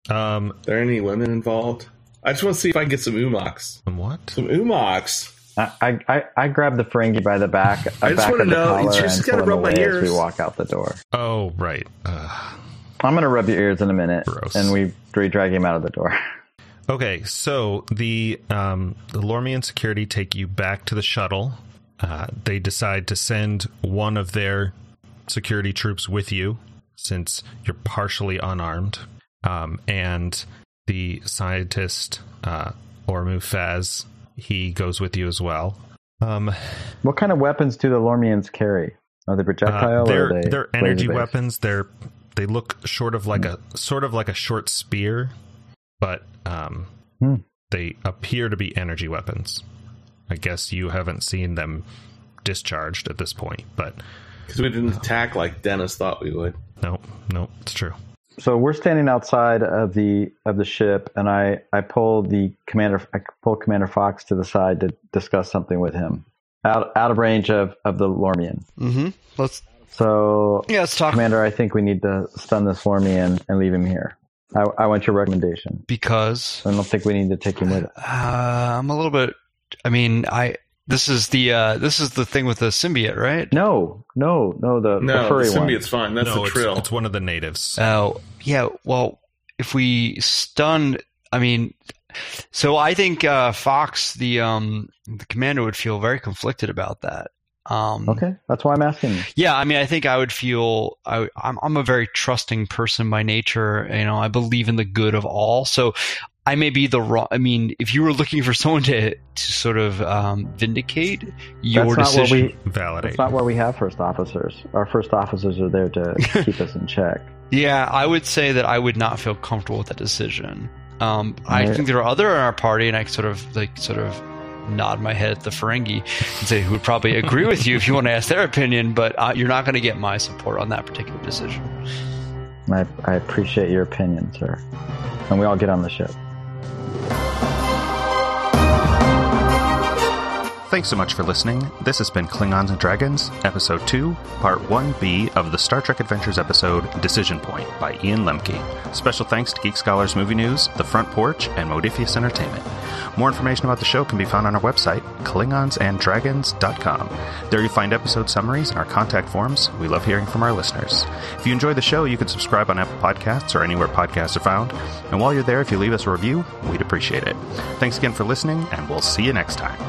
Speaker 2: Um,
Speaker 8: there any women involved? I just want to see if I can get some umox.
Speaker 2: what?
Speaker 8: Some umox.
Speaker 6: I, I, I- I grab the Ferengi by the back.
Speaker 8: I just
Speaker 6: back
Speaker 8: wanna
Speaker 6: of the
Speaker 8: know,
Speaker 6: collar
Speaker 8: she's
Speaker 6: and
Speaker 8: just gotta
Speaker 6: pull him
Speaker 8: rub my
Speaker 6: away As
Speaker 8: ears.
Speaker 6: we walk out the door.
Speaker 2: Oh, right. Uh,
Speaker 6: I'm going to rub your ears in a minute.
Speaker 2: Gross.
Speaker 6: And we, we drag him out of the door.
Speaker 2: Okay, so the um, the Lormian security take you back to the shuttle. Uh, they decide to send one of their security troops with you, since you're partially unarmed. Um, and the scientist uh, Ormu Faz he goes with you as well. Um,
Speaker 6: What kind of weapons do the Lormians carry? Are they
Speaker 2: uh,
Speaker 6: projectile or
Speaker 2: they're
Speaker 6: are they
Speaker 2: they're energy
Speaker 6: laser-based? Hmm.
Speaker 2: weapons. They're they look short of like a sort of like a short spear, but um,
Speaker 6: Hmm.
Speaker 2: they appear to be energy weapons. I guess you haven't seen them discharged at this point, but
Speaker 8: Because we didn't attack like Dennis thought we would.
Speaker 2: no, no, it's true.
Speaker 6: So we're standing outside of the of the ship, and I I pull the commander I pull Commander Fox to the side to discuss something with him out out of range of of the Lormian.
Speaker 3: Mm-hmm. Let's
Speaker 6: So
Speaker 3: yeah, let's talk
Speaker 6: Commander, I think we need to stun this Lormian and leave him here. I, I want your recommendation.
Speaker 3: because
Speaker 6: I don't think we need to take him with us.
Speaker 3: uh, I'm a little bit. I mean, I this is the uh, this is the thing with the symbiote, right?
Speaker 6: No, no, no, the, the
Speaker 8: No,
Speaker 6: furry
Speaker 8: the
Speaker 6: one.
Speaker 8: symbiote's fine. That's
Speaker 2: no,
Speaker 8: the
Speaker 2: it's,
Speaker 8: trill.
Speaker 2: it's one of the natives.
Speaker 3: Oh Uh, yeah. Well, if we stun, I mean, so I think uh, Fox, the um, the commander, would feel very conflicted about that. Um,
Speaker 6: Okay, that's why I'm asking. you.
Speaker 3: yeah, I mean, I think I would feel I, I'm I'm a very trusting person by nature. You know, I believe in the good of all. So I may be the wrong. I mean, if you were looking for someone to to sort of um, vindicate your
Speaker 6: that's not
Speaker 3: decision,
Speaker 6: what we.
Speaker 2: Validate.
Speaker 6: That's not why we have first officers. Our first officers are there to keep us in check.
Speaker 3: yeah, I would say that I would not feel comfortable with that decision. Um, I
Speaker 6: Yeah.
Speaker 3: think there are other in our party, and I sort of like sort of nod my head at the Ferengi and say who would probably agree with you if you want to ask their opinion, but uh, you're not going to get my support on that particular decision.
Speaker 6: I, I appreciate your opinion, sir. And we all get on the ship.
Speaker 1: Thanks so much for listening. This has been Klingons and Dragons, Episode 2, Part 1B of the Star Trek Adventures episode Decision Point by Ian Lemke. Special thanks to Geek Scholars Movie News, The Front Porch, and Modifius Entertainment. More information about the show can be found on our website, klingonsanddragons.com. There you'll find episode summaries and our contact forms. We love hearing from our listeners. If you enjoy the show, you can subscribe on Apple Podcasts or anywhere podcasts are found. And while you're there, if you leave us a review, we'd appreciate it. Thanks again for listening, and we'll see you next time.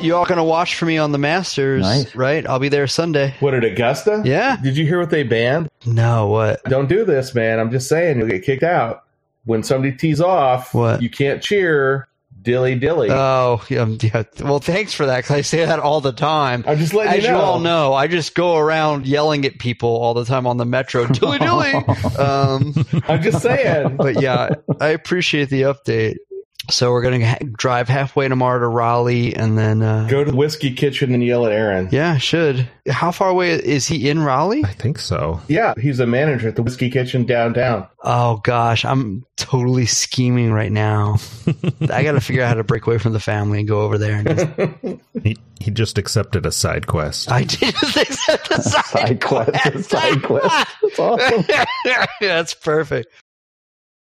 Speaker 3: You're all going to watch for me on the Masters,
Speaker 6: Nice.
Speaker 3: right? I'll be there Sunday.
Speaker 8: What at Augusta?
Speaker 3: Yeah.
Speaker 8: Did you hear what they banned?
Speaker 3: No, what?
Speaker 8: Don't do this, man. I'm just saying you'll get kicked out. When somebody tees off,
Speaker 3: What?
Speaker 8: you can't cheer dilly dilly.
Speaker 3: Oh, yeah, um, yeah. Well, thanks for that because I say that all the time.
Speaker 8: I'm just letting
Speaker 3: As
Speaker 8: you
Speaker 3: you,
Speaker 8: know.
Speaker 3: all know, I just go around yelling at people all the time on the metro, dilly dilly. um,
Speaker 8: I'm just saying.
Speaker 3: but yeah, I appreciate the update. So we're gonna ha- drive halfway tomorrow to Raleigh, and then uh,
Speaker 8: Go to the whiskey kitchen and yell at Aaron.
Speaker 3: yeah, I should. How far away is he in Raleigh?
Speaker 2: I think so.
Speaker 8: Yeah, he's a manager at the Whiskey Kitchen downtown.
Speaker 3: Oh gosh, I'm totally scheming right now. I got to figure out how to break away from the family and go over there. And just,
Speaker 2: He, he just accepted a side quest.
Speaker 3: I did accept the side,
Speaker 6: Side quest,
Speaker 3: quest.
Speaker 6: side quest. That's awesome.
Speaker 3: That's perfect.